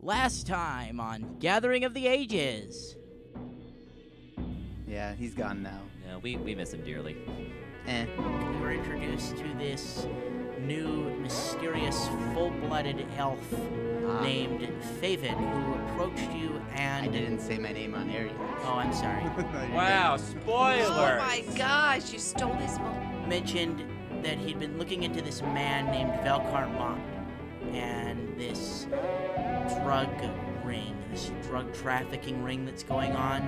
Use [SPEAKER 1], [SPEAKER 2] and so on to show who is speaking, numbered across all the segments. [SPEAKER 1] Last time on Gathering of the Ages.
[SPEAKER 2] Yeah, he's gone now.
[SPEAKER 3] Yeah, we, we miss him dearly.
[SPEAKER 2] Eh.
[SPEAKER 1] We were introduced to this new mysterious full blooded elf
[SPEAKER 2] Ah.
[SPEAKER 1] named Faven who approached you
[SPEAKER 2] I
[SPEAKER 1] and.
[SPEAKER 2] didn't say my name on air yet.
[SPEAKER 1] Oh, I'm sorry.
[SPEAKER 2] No, you didn't.
[SPEAKER 4] Wow, spoilers.
[SPEAKER 5] Oh my gosh, you stole his moment.
[SPEAKER 1] mentioned that he'd been looking into this man named Velkar Mott and this drug ring, this drug trafficking ring that's going on.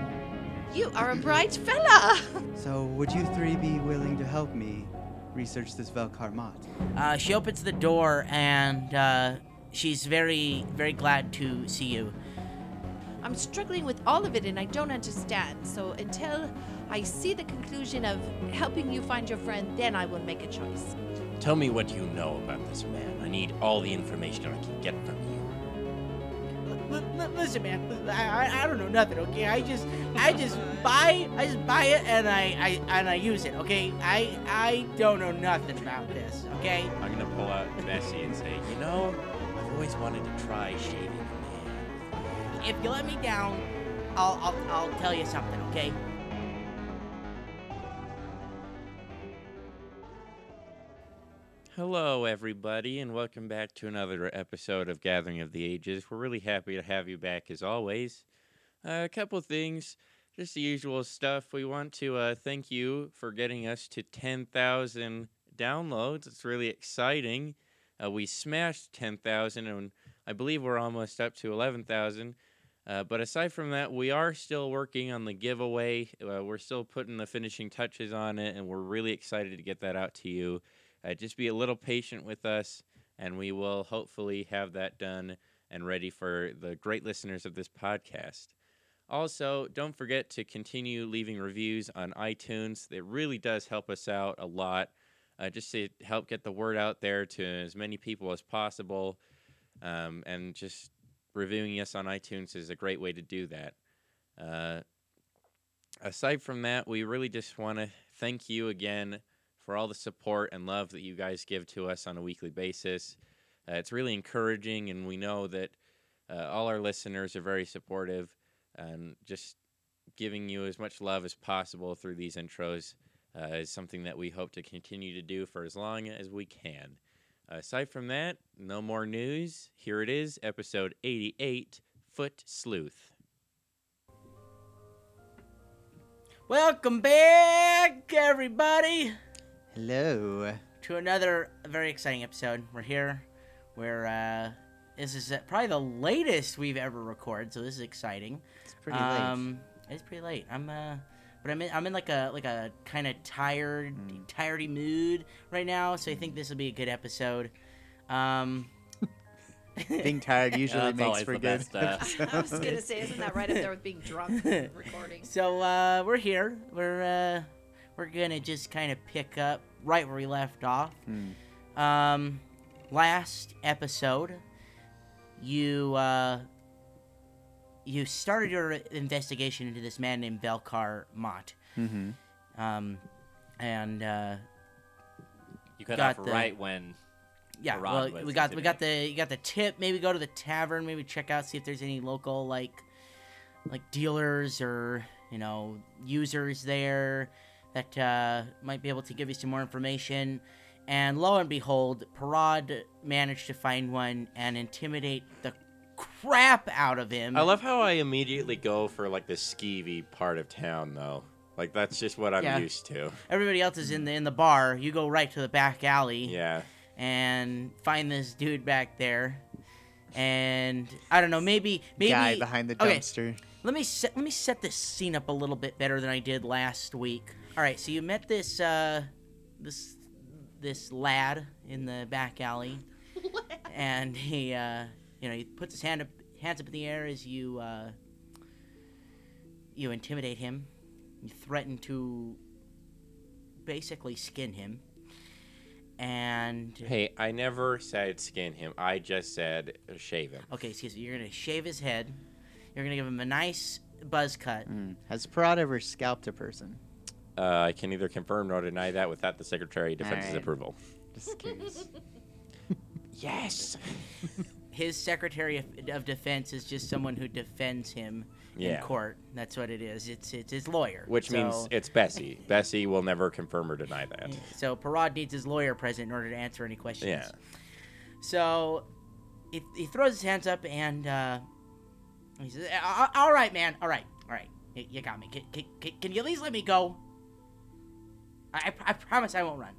[SPEAKER 5] You are a bright fella.
[SPEAKER 2] So, would you three be willing to help me research this Velkar Mott?
[SPEAKER 1] Uh, she opens the door and uh, she's very, very glad to see you.
[SPEAKER 5] I'm struggling with all of it and I don't understand. So until I see the conclusion of helping you find your friend, then I will make a choice.
[SPEAKER 4] Tell me what you know about this man. I need all the information I can get from you.
[SPEAKER 1] Listen, man, I, I- I don't know nothing. Okay, I just I just buy I just buy it and I, I and I use it. Okay, I I don't know nothing about this. Okay.
[SPEAKER 4] I'm gonna pull out Bessie and say, you know, I've always wanted to try shaving a man.
[SPEAKER 1] If you let me down, I'll I'll, I'll tell you something, okay?
[SPEAKER 4] Hello, everybody, and welcome back to another episode of Gathering of the Ages. We're really happy to have you back as always. Uh, a couple things, just the usual stuff. We want to uh, thank you for getting us to 10,000 downloads. It's really exciting. Uh, we smashed 10,000, and I believe we're almost up to 11,000. Uh, but aside from that, we are still working on the giveaway. Uh, we're still putting the finishing touches on it, and we're really excited to get that out to you uh, just be a little patient with us and we will hopefully have that done and ready for the great listeners of this podcast also don't forget to continue leaving reviews on itunes it really does help us out a lot uh, just to help get the word out there to as many people as possible um, and just reviewing us on itunes is a great way to do that uh, aside from that we really just want to thank you again for all the support and love that you guys give to us on a weekly basis. Uh, it's really encouraging, and we know that uh, all our listeners are very supportive and just giving you as much love as possible through these intros uh, is something that we hope to continue to do for as long as we can. Aside from that, no more news. Here it is, episode 88 Foot Sleuth.
[SPEAKER 1] Welcome back, everybody,
[SPEAKER 2] Hello.
[SPEAKER 1] to another very exciting episode. We're here. We're uh, this is uh, probably the latest we've ever recorded, so this is exciting.
[SPEAKER 2] It's pretty
[SPEAKER 1] Um,
[SPEAKER 2] late.
[SPEAKER 1] It's pretty late. I'm uh, but I'm in, I'm in like a like a kind of tired,
[SPEAKER 2] Hmm.
[SPEAKER 1] tiredly mood right now. So I think this will be a good episode. Um,
[SPEAKER 2] Being tired
[SPEAKER 3] Yeah,
[SPEAKER 2] usually
[SPEAKER 3] it's
[SPEAKER 2] makes
[SPEAKER 3] always
[SPEAKER 2] for
[SPEAKER 3] the
[SPEAKER 2] good.
[SPEAKER 3] best, uh,
[SPEAKER 5] I was going to say, isn't that right up there with being drunk and recording?
[SPEAKER 1] So uh, we're here. We're uh, we're gonna just kind of pick up right where we left off.
[SPEAKER 2] Hmm.
[SPEAKER 1] Um, last episode, you uh, you started your investigation into this man named Velkar Mott,
[SPEAKER 2] mm-hmm.
[SPEAKER 1] um, and uh,
[SPEAKER 3] You cut
[SPEAKER 1] Got
[SPEAKER 3] off
[SPEAKER 1] the-
[SPEAKER 3] right when.
[SPEAKER 1] yeah, well,
[SPEAKER 3] Rod was
[SPEAKER 1] we got we
[SPEAKER 3] exhibiting.
[SPEAKER 1] got the you got the tip. Maybe go to the tavern. Maybe check out see if there's any local like like dealers or you know users there that uh, might be able to give you some more information. And lo and behold, Parad managed to find one and intimidate the crap out of him.
[SPEAKER 4] I love how I immediately go for like the skeevy part of town, though. Like that's just what I'm
[SPEAKER 1] Yeah.
[SPEAKER 4] used to.
[SPEAKER 1] Everybody else is in the in the bar. You go right to the back alley.
[SPEAKER 4] Yeah.
[SPEAKER 1] and find this dude back there. And I don't know, maybe maybe
[SPEAKER 2] Guy behind the
[SPEAKER 1] okay.
[SPEAKER 2] dumpster.
[SPEAKER 1] Let me set, let me set this scene up a little bit better than I did last week. All right, so you met this uh, this this lad in the back alley, and he uh, you know he puts his hand up hands up in the air as you uh, you intimidate him, you threaten to basically skin him, and
[SPEAKER 4] Hey, I never said skin him. I just said shave him.
[SPEAKER 1] okay, excuse me, you're gonna shave his head, you're gonna give him a nice buzz cut.
[SPEAKER 2] Mm. Has Parad ever scalped a person?
[SPEAKER 4] Uh, I can neither confirm nor deny that without the Secretary of Defense's
[SPEAKER 2] Alright.
[SPEAKER 4] approval.
[SPEAKER 2] Just curious.
[SPEAKER 4] Yes.
[SPEAKER 1] his Secretary of, of Defense is just someone who defends him
[SPEAKER 4] Yeah.
[SPEAKER 1] in court. That's what it is. It's it's his lawyer.
[SPEAKER 4] Which means
[SPEAKER 1] So-
[SPEAKER 4] it's Bessie. Bessie will never confirm or deny that.
[SPEAKER 1] So Parad needs his lawyer present in order to answer any questions.
[SPEAKER 4] Yeah.
[SPEAKER 1] So he, he throws his hands up and uh, he says, "A- a- "All right, man. All right, all right. Y- You got me. Can, can, can- can you at least let me go? I, I, pr- I promise I won't run."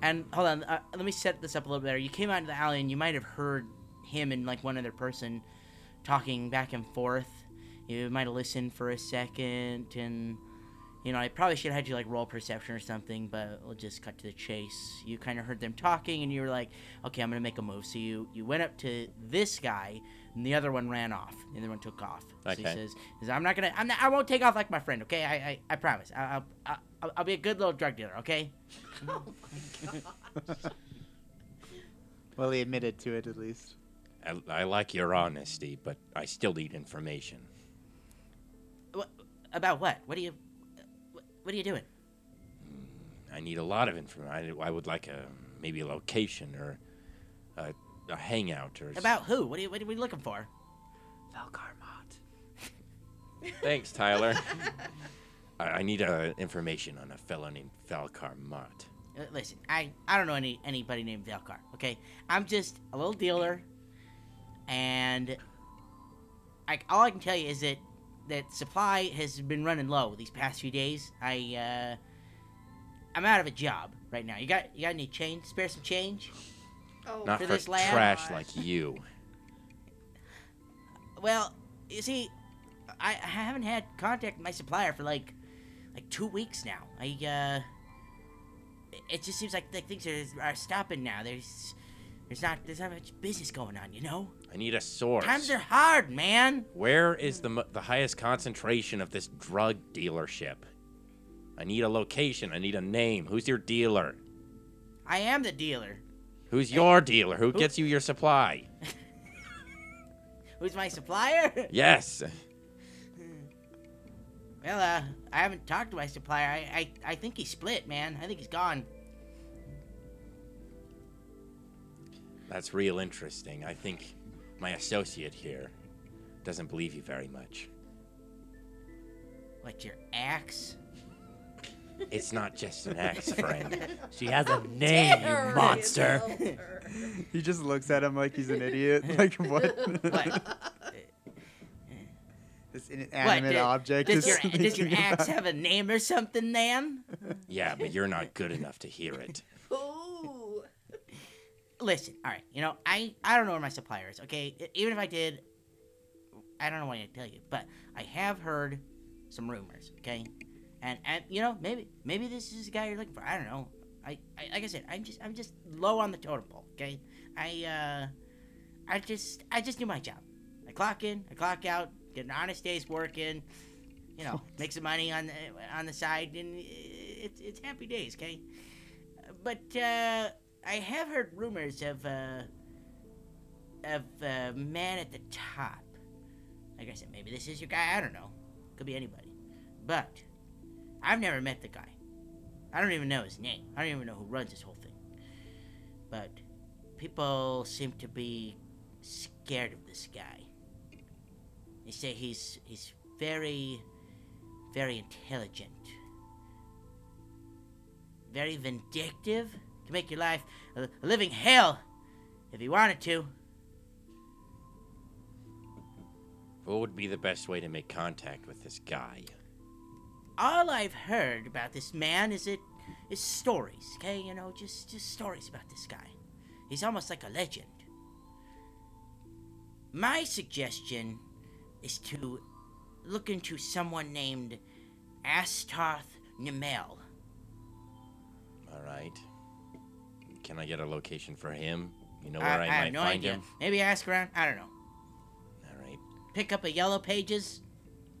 [SPEAKER 1] And hold on, uh, let me set this up a little better. You came out of the alley and you might have heard him and like one other person talking back and forth. You might have listened for a second and you know, I probably should have had you like roll perception or something, but we'll just cut to the chase. You kind of heard them talking, and you were like, "Okay, I'm gonna make a move." So you you went up to this guy, and the other one ran off. The other one took off. So
[SPEAKER 4] Okay.
[SPEAKER 1] he says, he says, "I'm not gonna, I'm not, I won't take off like my friend. Okay, I I, I promise. I, I'll, I'll- I'll I'll be a good little drug dealer. Okay."
[SPEAKER 6] Well, he admitted to it at least.
[SPEAKER 4] I, I like your honesty, but I still need information.
[SPEAKER 1] What about what? What are you, what, what are you doing?
[SPEAKER 4] I need a lot of information. I, I would like a maybe a location or a, a hangout or s-
[SPEAKER 1] About who? What are you, what are we looking for?
[SPEAKER 6] Valkarmot.
[SPEAKER 4] Thanks, Tyler. I, I need uh, information on a fellow named Valkar Mott.
[SPEAKER 1] Uh, Listen, I, I don't know any anybody named Velcar, okay? I'm just a little dealer, and I, all I can tell you is that that supply has been running low these past few days. I uh, I'm out of a job right now. You got you got any change? Spare some change?
[SPEAKER 5] Oh,
[SPEAKER 4] Not
[SPEAKER 1] For
[SPEAKER 4] for,
[SPEAKER 1] this lad?
[SPEAKER 4] trash like you.
[SPEAKER 1] Well, you see, I, I haven't had contact with my supplier for like like two weeks now. I uh, it- it just seems like, like things are, are stopping now. There's there's not there's not much business going on, you know.
[SPEAKER 4] I need a source.
[SPEAKER 1] Times are hard, man.
[SPEAKER 4] Where is the mo- the highest concentration of this drug dealership? I need a location. I need a name. Who's your dealer?
[SPEAKER 1] I am the dealer. Eh,
[SPEAKER 4] Who's your dealer? Who gets you your supply?
[SPEAKER 1] Who's my supplier?
[SPEAKER 4] Yes.
[SPEAKER 1] well, uh, I haven't talked to my supplier. I, I I think he split, man. I think he's gone.
[SPEAKER 4] That's real interesting. I think my associate here doesn't believe you very much.
[SPEAKER 1] What your axe?
[SPEAKER 4] It's not just an axe, friend.
[SPEAKER 3] She has a name, you monster.
[SPEAKER 2] He just looks at him like he's an idiot. Like what?
[SPEAKER 1] What?
[SPEAKER 2] this inanimate
[SPEAKER 1] uh,
[SPEAKER 2] object
[SPEAKER 1] Does
[SPEAKER 2] is
[SPEAKER 1] your does your
[SPEAKER 2] thinking
[SPEAKER 1] axe
[SPEAKER 2] about-
[SPEAKER 1] have a name or something, man?
[SPEAKER 4] Yeah, but you're not good enough to hear it.
[SPEAKER 7] Ooh.
[SPEAKER 1] listen all right you know i i don't know where my supplier is okay E- even if i did i don't know what to tell you but i have heard some rumors okay and and you know maybe maybe this is the guy you're looking for i don't know i, I like i said i'm just i'm just low on the totem pole okay i uh i just i just do my job i clock in i clock out get an honest day's work in you know make some money on the on the side and uh, it's it's happy days okay but uh I have heard rumors of uh, of a man at the top. Like I said, maybe this is your guy. I don't know. Could be anybody. But I've never met the guy. I don't even know his name. I don't even know who runs this whole thing. But people seem to be scared of this guy. They say he's he's very very intelligent. Very vindictive. Could make your life a, a living hell if he wanted to.
[SPEAKER 4] What would be the best way to make contact with this guy?
[SPEAKER 1] all I've heard about this man is it is stories, okay? You know, just just stories about this guy. He's almost like a legend. My suggestion is to look into someone named Astarth Nemel.
[SPEAKER 4] All right. Can I get a location for him? You know
[SPEAKER 1] I,
[SPEAKER 4] where I,
[SPEAKER 1] I
[SPEAKER 4] might
[SPEAKER 1] have no
[SPEAKER 4] find
[SPEAKER 1] idea.
[SPEAKER 4] him?
[SPEAKER 1] Maybe ask around. I don't know.
[SPEAKER 4] All right.
[SPEAKER 1] Pick up a yellow pages.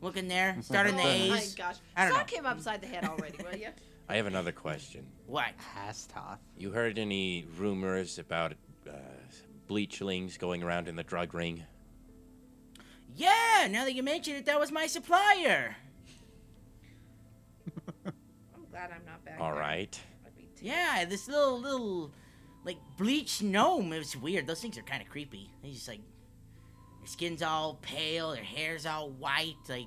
[SPEAKER 1] Look in there. Start in the
[SPEAKER 7] oh my
[SPEAKER 1] A's.
[SPEAKER 7] gosh.
[SPEAKER 1] I don't
[SPEAKER 7] Sock
[SPEAKER 1] know.
[SPEAKER 7] him upside the head already, will you?
[SPEAKER 4] I have another question.
[SPEAKER 1] What?
[SPEAKER 6] Hastoth.
[SPEAKER 4] You heard any rumors about uh, bleachlings going around in the drug ring?
[SPEAKER 1] Yeah. Now that you mention it, that was my supplier.
[SPEAKER 7] I'm glad I'm not back.
[SPEAKER 4] All
[SPEAKER 7] there.
[SPEAKER 4] right.
[SPEAKER 7] I'd be terrified.
[SPEAKER 1] Yeah, this little little like bleached gnome. It was weird. Those things are kind of creepy. They just like their skin's all pale, their hair's all white. Like,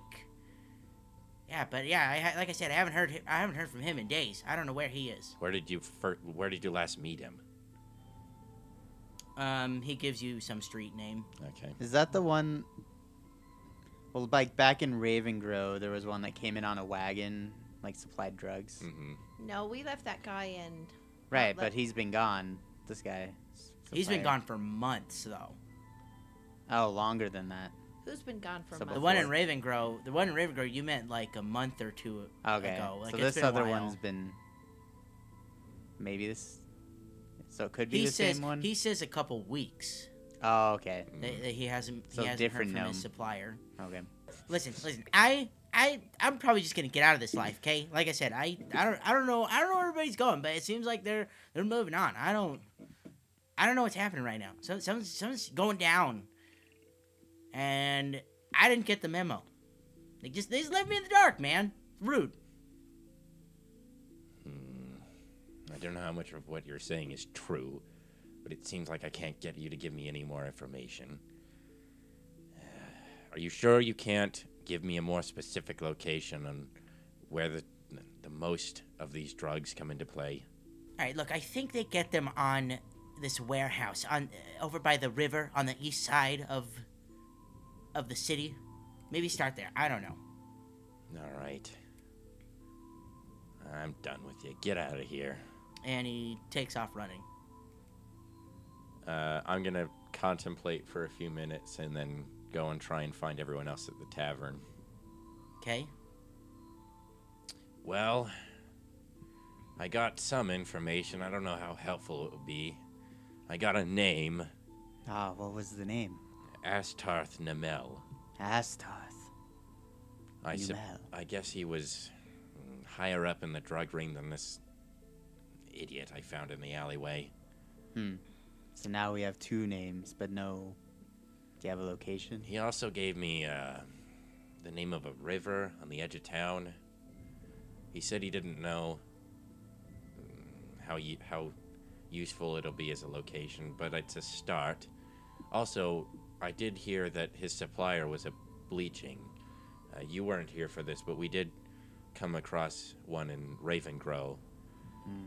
[SPEAKER 1] yeah, but yeah, I, ha- like I said, I haven't heard hi- I haven't heard from him in days. I don't know where he is.
[SPEAKER 4] Where did you fir- Where did you last meet him?
[SPEAKER 1] Um, he gives you some street name.
[SPEAKER 4] Okay.
[SPEAKER 6] Is that the one? Well, like back in Raven Grow, there was one that came in on a wagon, like supplied drugs.
[SPEAKER 4] Mm-hmm.
[SPEAKER 5] No, we left that guy in.
[SPEAKER 6] Right,
[SPEAKER 5] Let-
[SPEAKER 6] but he's been gone. This guy. s-
[SPEAKER 1] He's been
[SPEAKER 6] supplier.
[SPEAKER 1] gone for months though.
[SPEAKER 6] Oh, longer than that.
[SPEAKER 5] Who's been gone for
[SPEAKER 6] So
[SPEAKER 5] a
[SPEAKER 1] The
[SPEAKER 5] month?
[SPEAKER 1] one in Ravengrow, the one in Ravengrow, you met like a month or two
[SPEAKER 6] Okay.
[SPEAKER 1] ago. Like,
[SPEAKER 6] so
[SPEAKER 1] it's
[SPEAKER 6] this
[SPEAKER 1] been a
[SPEAKER 6] other
[SPEAKER 1] while.
[SPEAKER 6] one's been. Maybe this. So it could be
[SPEAKER 1] He
[SPEAKER 6] the
[SPEAKER 1] says
[SPEAKER 6] same one.
[SPEAKER 1] he says a couple weeks.
[SPEAKER 6] Oh, okay.
[SPEAKER 1] that, that he hasn't
[SPEAKER 6] So
[SPEAKER 1] he hasn't heard
[SPEAKER 6] different
[SPEAKER 1] from his
[SPEAKER 6] gnome.
[SPEAKER 1] supplier.
[SPEAKER 6] Okay.
[SPEAKER 1] Listen, listen, I I I'm probably just gonna get out of this life, okay? Like I said, I I don't I don't know I don't know where everybody's going, but it seems like they're they're moving on. I don't I don't know what's happening right now. So someone's someone's going down, and I didn't get the memo. They just they just left me in the dark, man. Rude.
[SPEAKER 4] I don't know how much of what you're saying is true, but it seems like I can't get you to give me any more information. Are you sure you can't give me a more specific location on where the the most of these drugs come into play?
[SPEAKER 1] All right, look, I think they get them on this warehouse on uh, over by the river on the east side of of the city. Maybe start there. I don't know.
[SPEAKER 4] All right. I'm done with you. Get out of here.
[SPEAKER 1] and he takes off running.
[SPEAKER 4] Uh, I'm gonna contemplate for a few minutes and then go and try and find everyone else at the tavern.
[SPEAKER 1] Okay.
[SPEAKER 4] Well, I got some information. I don't know how helpful it will be. I got a name,
[SPEAKER 6] Ah, what was the name?
[SPEAKER 4] Astarth Namel.
[SPEAKER 6] Astoth.
[SPEAKER 4] I, sup-
[SPEAKER 6] Namel.
[SPEAKER 4] I guess he was mm, higher up in the drug ring than this idiot I found in the alleyway.
[SPEAKER 6] So now we have two names, but no. Do you have a location?
[SPEAKER 4] He also gave me uh, the name of a river on the edge of town. He said he didn't know mm, how y- how useful it'll be as a location, but it's a start. Also, I did hear that his supplier was a bleaching. Uh, you weren't here for this, but we did come across one in Ravengrow. Um,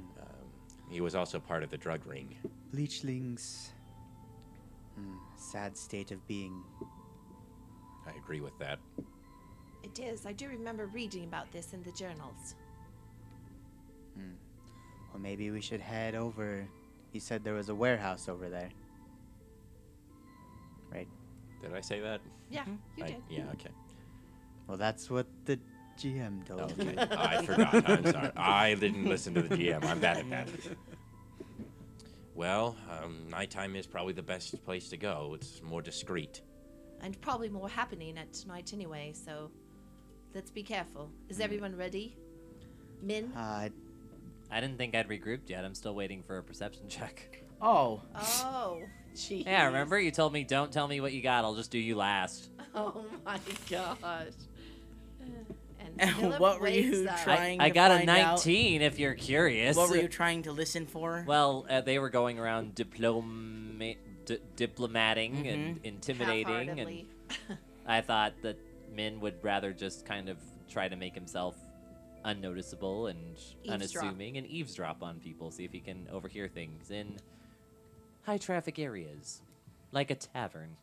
[SPEAKER 4] he was also part of the drug ring.
[SPEAKER 6] Bleachlings. Hmm, sad state of being.
[SPEAKER 4] I agree with that.
[SPEAKER 5] It is. I do remember reading about this in the journals.
[SPEAKER 6] Well, maybe we should head over. You said there was a warehouse over there. Right.
[SPEAKER 4] Did I say that?
[SPEAKER 5] Yeah, you
[SPEAKER 4] I-
[SPEAKER 5] did.
[SPEAKER 4] Yeah. Okay.
[SPEAKER 6] Well, that's what the GM told me.
[SPEAKER 4] Okay, I forgot. I'm sorry. I didn't listen to the GM. I'm bad at that. Well, um, nighttime is probably the best place to go. It's more discreet.
[SPEAKER 5] And probably more happening at tonight anyway, so let's be careful. Is everyone ready? Min?
[SPEAKER 6] Uh,
[SPEAKER 3] I didn't think I'd regrouped yet. I'm still waiting for a perception check.
[SPEAKER 1] Oh,
[SPEAKER 5] Oh, gee.
[SPEAKER 3] Yeah, remember you told me don't tell me what you got. I'll just do you last.
[SPEAKER 5] Oh my gosh. And
[SPEAKER 1] And
[SPEAKER 5] Philip
[SPEAKER 1] what were
[SPEAKER 5] wakes
[SPEAKER 1] you
[SPEAKER 5] up.
[SPEAKER 1] trying- Trying
[SPEAKER 3] I, I
[SPEAKER 1] to
[SPEAKER 3] got a
[SPEAKER 1] find out-
[SPEAKER 3] 19. If you're curious.
[SPEAKER 1] what were you trying to listen for?
[SPEAKER 3] Well, uh, they were going around diploma- d- diplomating
[SPEAKER 1] Mm-hmm.
[SPEAKER 3] and intimidating, and
[SPEAKER 5] Half-heartedly.
[SPEAKER 3] I thought that Min would rather just kind of try to make himself unnoticeable and
[SPEAKER 5] Eavesdrop.
[SPEAKER 3] unassuming and eavesdrop on people, see if he can overhear things in high traffic areas, like a tavern.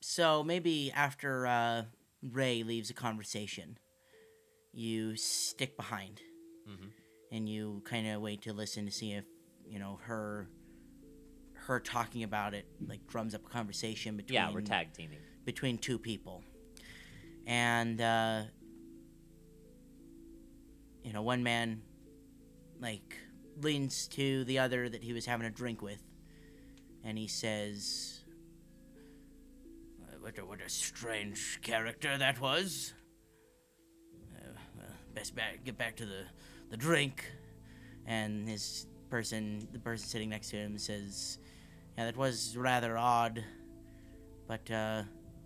[SPEAKER 1] So maybe after uh, Ray leaves a conversation, you stick behind,
[SPEAKER 3] Mhm.
[SPEAKER 1] and you kind of wait to listen to see if you know her. Her talking about it like drums up a conversation between
[SPEAKER 3] Yeah, we're tag teaming.
[SPEAKER 1] between two people. And, uh, you know, one man, like, leans to the other that he was having a drink with, and he says, "Uh, What a, what a strange character that was. Uh, well, best back, get back to the, the drink. And his person, the person sitting next to him, says, Yeah, that was rather odd, but, uh,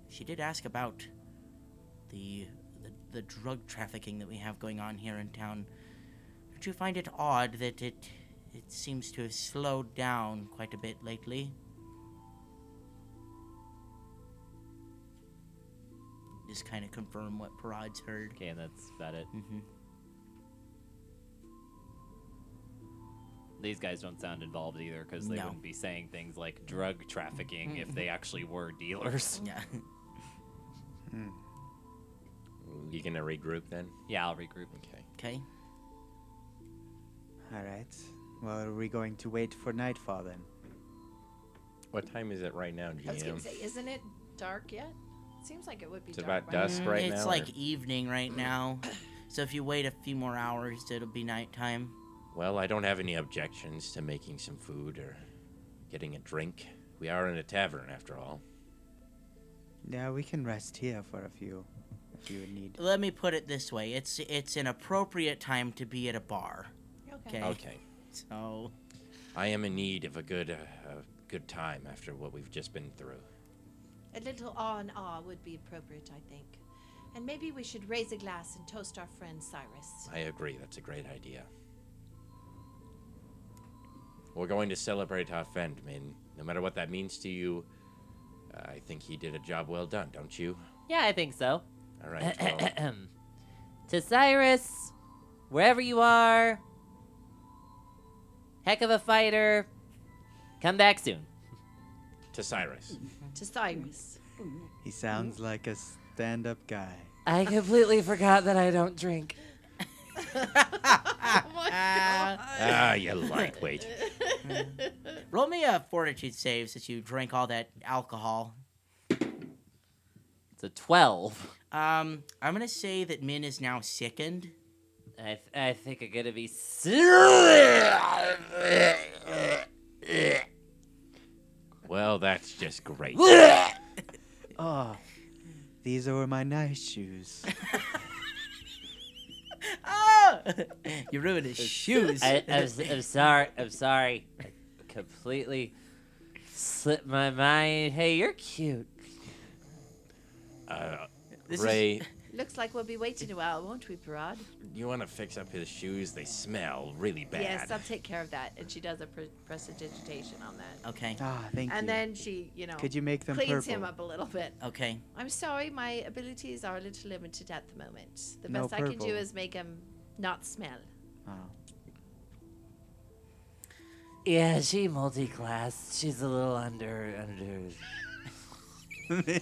[SPEAKER 1] she did ask about the the the drug trafficking that we have going on here in town. Don't you find it odd that it it seems to have slowed down quite a bit lately? Just kind of confirm what Parad's heard.
[SPEAKER 5] Okay, and that's about it.
[SPEAKER 1] Mm-hmm.
[SPEAKER 5] These guys don't sound involved either because they
[SPEAKER 1] No.
[SPEAKER 5] wouldn't be saying things like drug trafficking if they actually were dealers.
[SPEAKER 1] Yeah.
[SPEAKER 4] You gonna regroup then?
[SPEAKER 5] Yeah, I'll regroup.
[SPEAKER 4] Okay.
[SPEAKER 1] Okay.
[SPEAKER 6] All right. Well, are we going to wait for nightfall then?
[SPEAKER 4] What time is it right now, GM?
[SPEAKER 8] I was gonna say, isn't it dark yet? Seems like it would be.
[SPEAKER 4] It's
[SPEAKER 8] dark
[SPEAKER 4] about
[SPEAKER 8] by
[SPEAKER 4] dusk
[SPEAKER 1] Mm,
[SPEAKER 4] right
[SPEAKER 1] it's
[SPEAKER 4] now,
[SPEAKER 1] like
[SPEAKER 4] or-
[SPEAKER 1] evening right now. So if you wait a few more hours, it'll be nighttime.
[SPEAKER 4] Well, I don't have any objections to making some food or getting a drink. We are in a tavern, after all.
[SPEAKER 6] Yeah, we can rest here for a few, if you would need.
[SPEAKER 1] Let me put it this way: it's it's an appropriate time to be at a bar.
[SPEAKER 8] now.
[SPEAKER 1] Okay.
[SPEAKER 4] Okay.
[SPEAKER 1] So
[SPEAKER 4] I am in need of a good, uh, a good time after what we've just been through.
[SPEAKER 7] A little awe and awe would be appropriate, I think. And maybe we should raise a glass and toast our friend Cyrus.
[SPEAKER 4] I agree. That's a great idea. We're going to celebrate our friend, Min. No matter what that means to you, uh, I think he did a job well done, don't you?
[SPEAKER 5] Yeah, I think so.
[SPEAKER 4] All right.
[SPEAKER 5] Uh,
[SPEAKER 4] Well,
[SPEAKER 5] to Cyrus, wherever you are, heck of a fighter. Come back soon.
[SPEAKER 4] to Cyrus.
[SPEAKER 7] To Cyrus.
[SPEAKER 6] He sounds
[SPEAKER 7] Mm.
[SPEAKER 6] like a stand-up guy.
[SPEAKER 5] I completely forgot that I don't drink.
[SPEAKER 8] Oh my
[SPEAKER 1] uh,
[SPEAKER 8] god.
[SPEAKER 4] Ah, you lightweight.
[SPEAKER 1] roll me a fortitude save since you drank all that alcohol.
[SPEAKER 5] It's a 12.
[SPEAKER 1] Um, I'm gonna say that Min is now sickened.
[SPEAKER 5] I, th- I think I'm gonna be. s-
[SPEAKER 4] Well, that's just great.
[SPEAKER 6] Oh, these are my nice shoes.
[SPEAKER 1] Ah! you ruined his shoes.
[SPEAKER 5] I, I'm, s- I'm sorry. I'm sorry. I completely slipped my mind. Hey, you're cute.
[SPEAKER 4] Uh,
[SPEAKER 1] This is-
[SPEAKER 4] Ray,
[SPEAKER 7] Looks like we'll be waiting a while, won't we, Parad?
[SPEAKER 4] you want to fix up his shoes? They smell really bad.
[SPEAKER 7] Yes, I'll take care of that. And she does a pre- prestidigitation on that.
[SPEAKER 1] okay.
[SPEAKER 6] Ah, thank
[SPEAKER 7] And
[SPEAKER 6] you.
[SPEAKER 7] then she, you know,
[SPEAKER 6] Could you make them
[SPEAKER 7] cleans
[SPEAKER 6] purple?
[SPEAKER 7] him up a little bit.
[SPEAKER 1] Okay.
[SPEAKER 7] I'm sorry, my abilities are a little limited at the moment. The
[SPEAKER 6] No
[SPEAKER 7] best I can do
[SPEAKER 6] purple.
[SPEAKER 7] is make him not smell.
[SPEAKER 6] Oh.
[SPEAKER 5] Yeah, she multi-class. She's a little under under.
[SPEAKER 7] I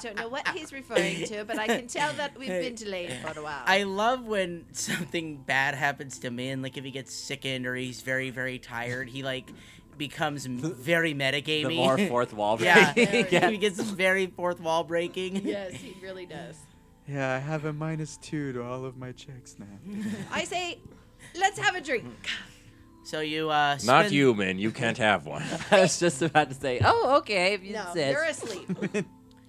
[SPEAKER 7] don't know what he's referring to, but I can tell that we've been delayed for a while.
[SPEAKER 1] I love when something bad happens to Min. Like if he gets sickened or he's very very tired, he like becomes m- very metagamey.
[SPEAKER 5] The more fourth wall.
[SPEAKER 1] yeah.
[SPEAKER 5] breaking.
[SPEAKER 1] He gets very fourth wall breaking.
[SPEAKER 8] yes, he really does.
[SPEAKER 6] Yeah, I have a minus two to all of my checks now.
[SPEAKER 7] I say, let's have a drink.
[SPEAKER 8] Mm-hmm.
[SPEAKER 1] So you uh
[SPEAKER 4] Not
[SPEAKER 1] spend-
[SPEAKER 4] you, Min. You can't have one.
[SPEAKER 5] I was just about to say. Oh, okay. If you
[SPEAKER 7] No,
[SPEAKER 5] said.
[SPEAKER 7] you're asleep.
[SPEAKER 1] you,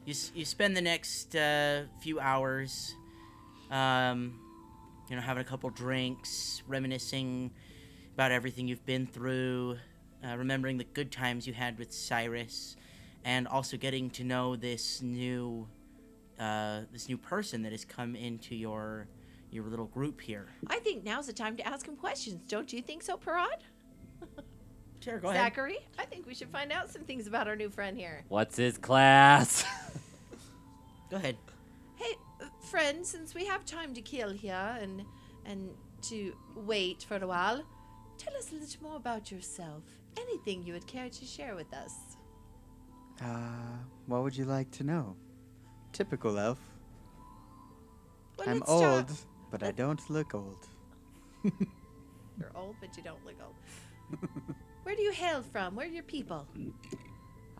[SPEAKER 1] s- you spend the next uh, few hours um, you know having a couple drinks reminiscing about everything you've been through uh, remembering the good times you had with cyrus and also getting to know this new uh, this new person that has come into your your little group here
[SPEAKER 7] I think now's the time to ask him questions. Don't you think so, Parad?
[SPEAKER 1] sure go ahead
[SPEAKER 7] Zachary? I think we should find out some things about our new friend here.
[SPEAKER 5] What's his class?
[SPEAKER 1] go ahead
[SPEAKER 7] Hey, uh, friend, since we have time to kill here and and to wait for a while, tell us a little more about yourself. Anything you would care to share with us.
[SPEAKER 6] Uh, what would you like to know? Typical elf.
[SPEAKER 7] Well,
[SPEAKER 6] I'm
[SPEAKER 7] let's start-
[SPEAKER 6] old, but I don't look old.
[SPEAKER 7] You're old, but you don't look old. Where do you hail from? Where are your people?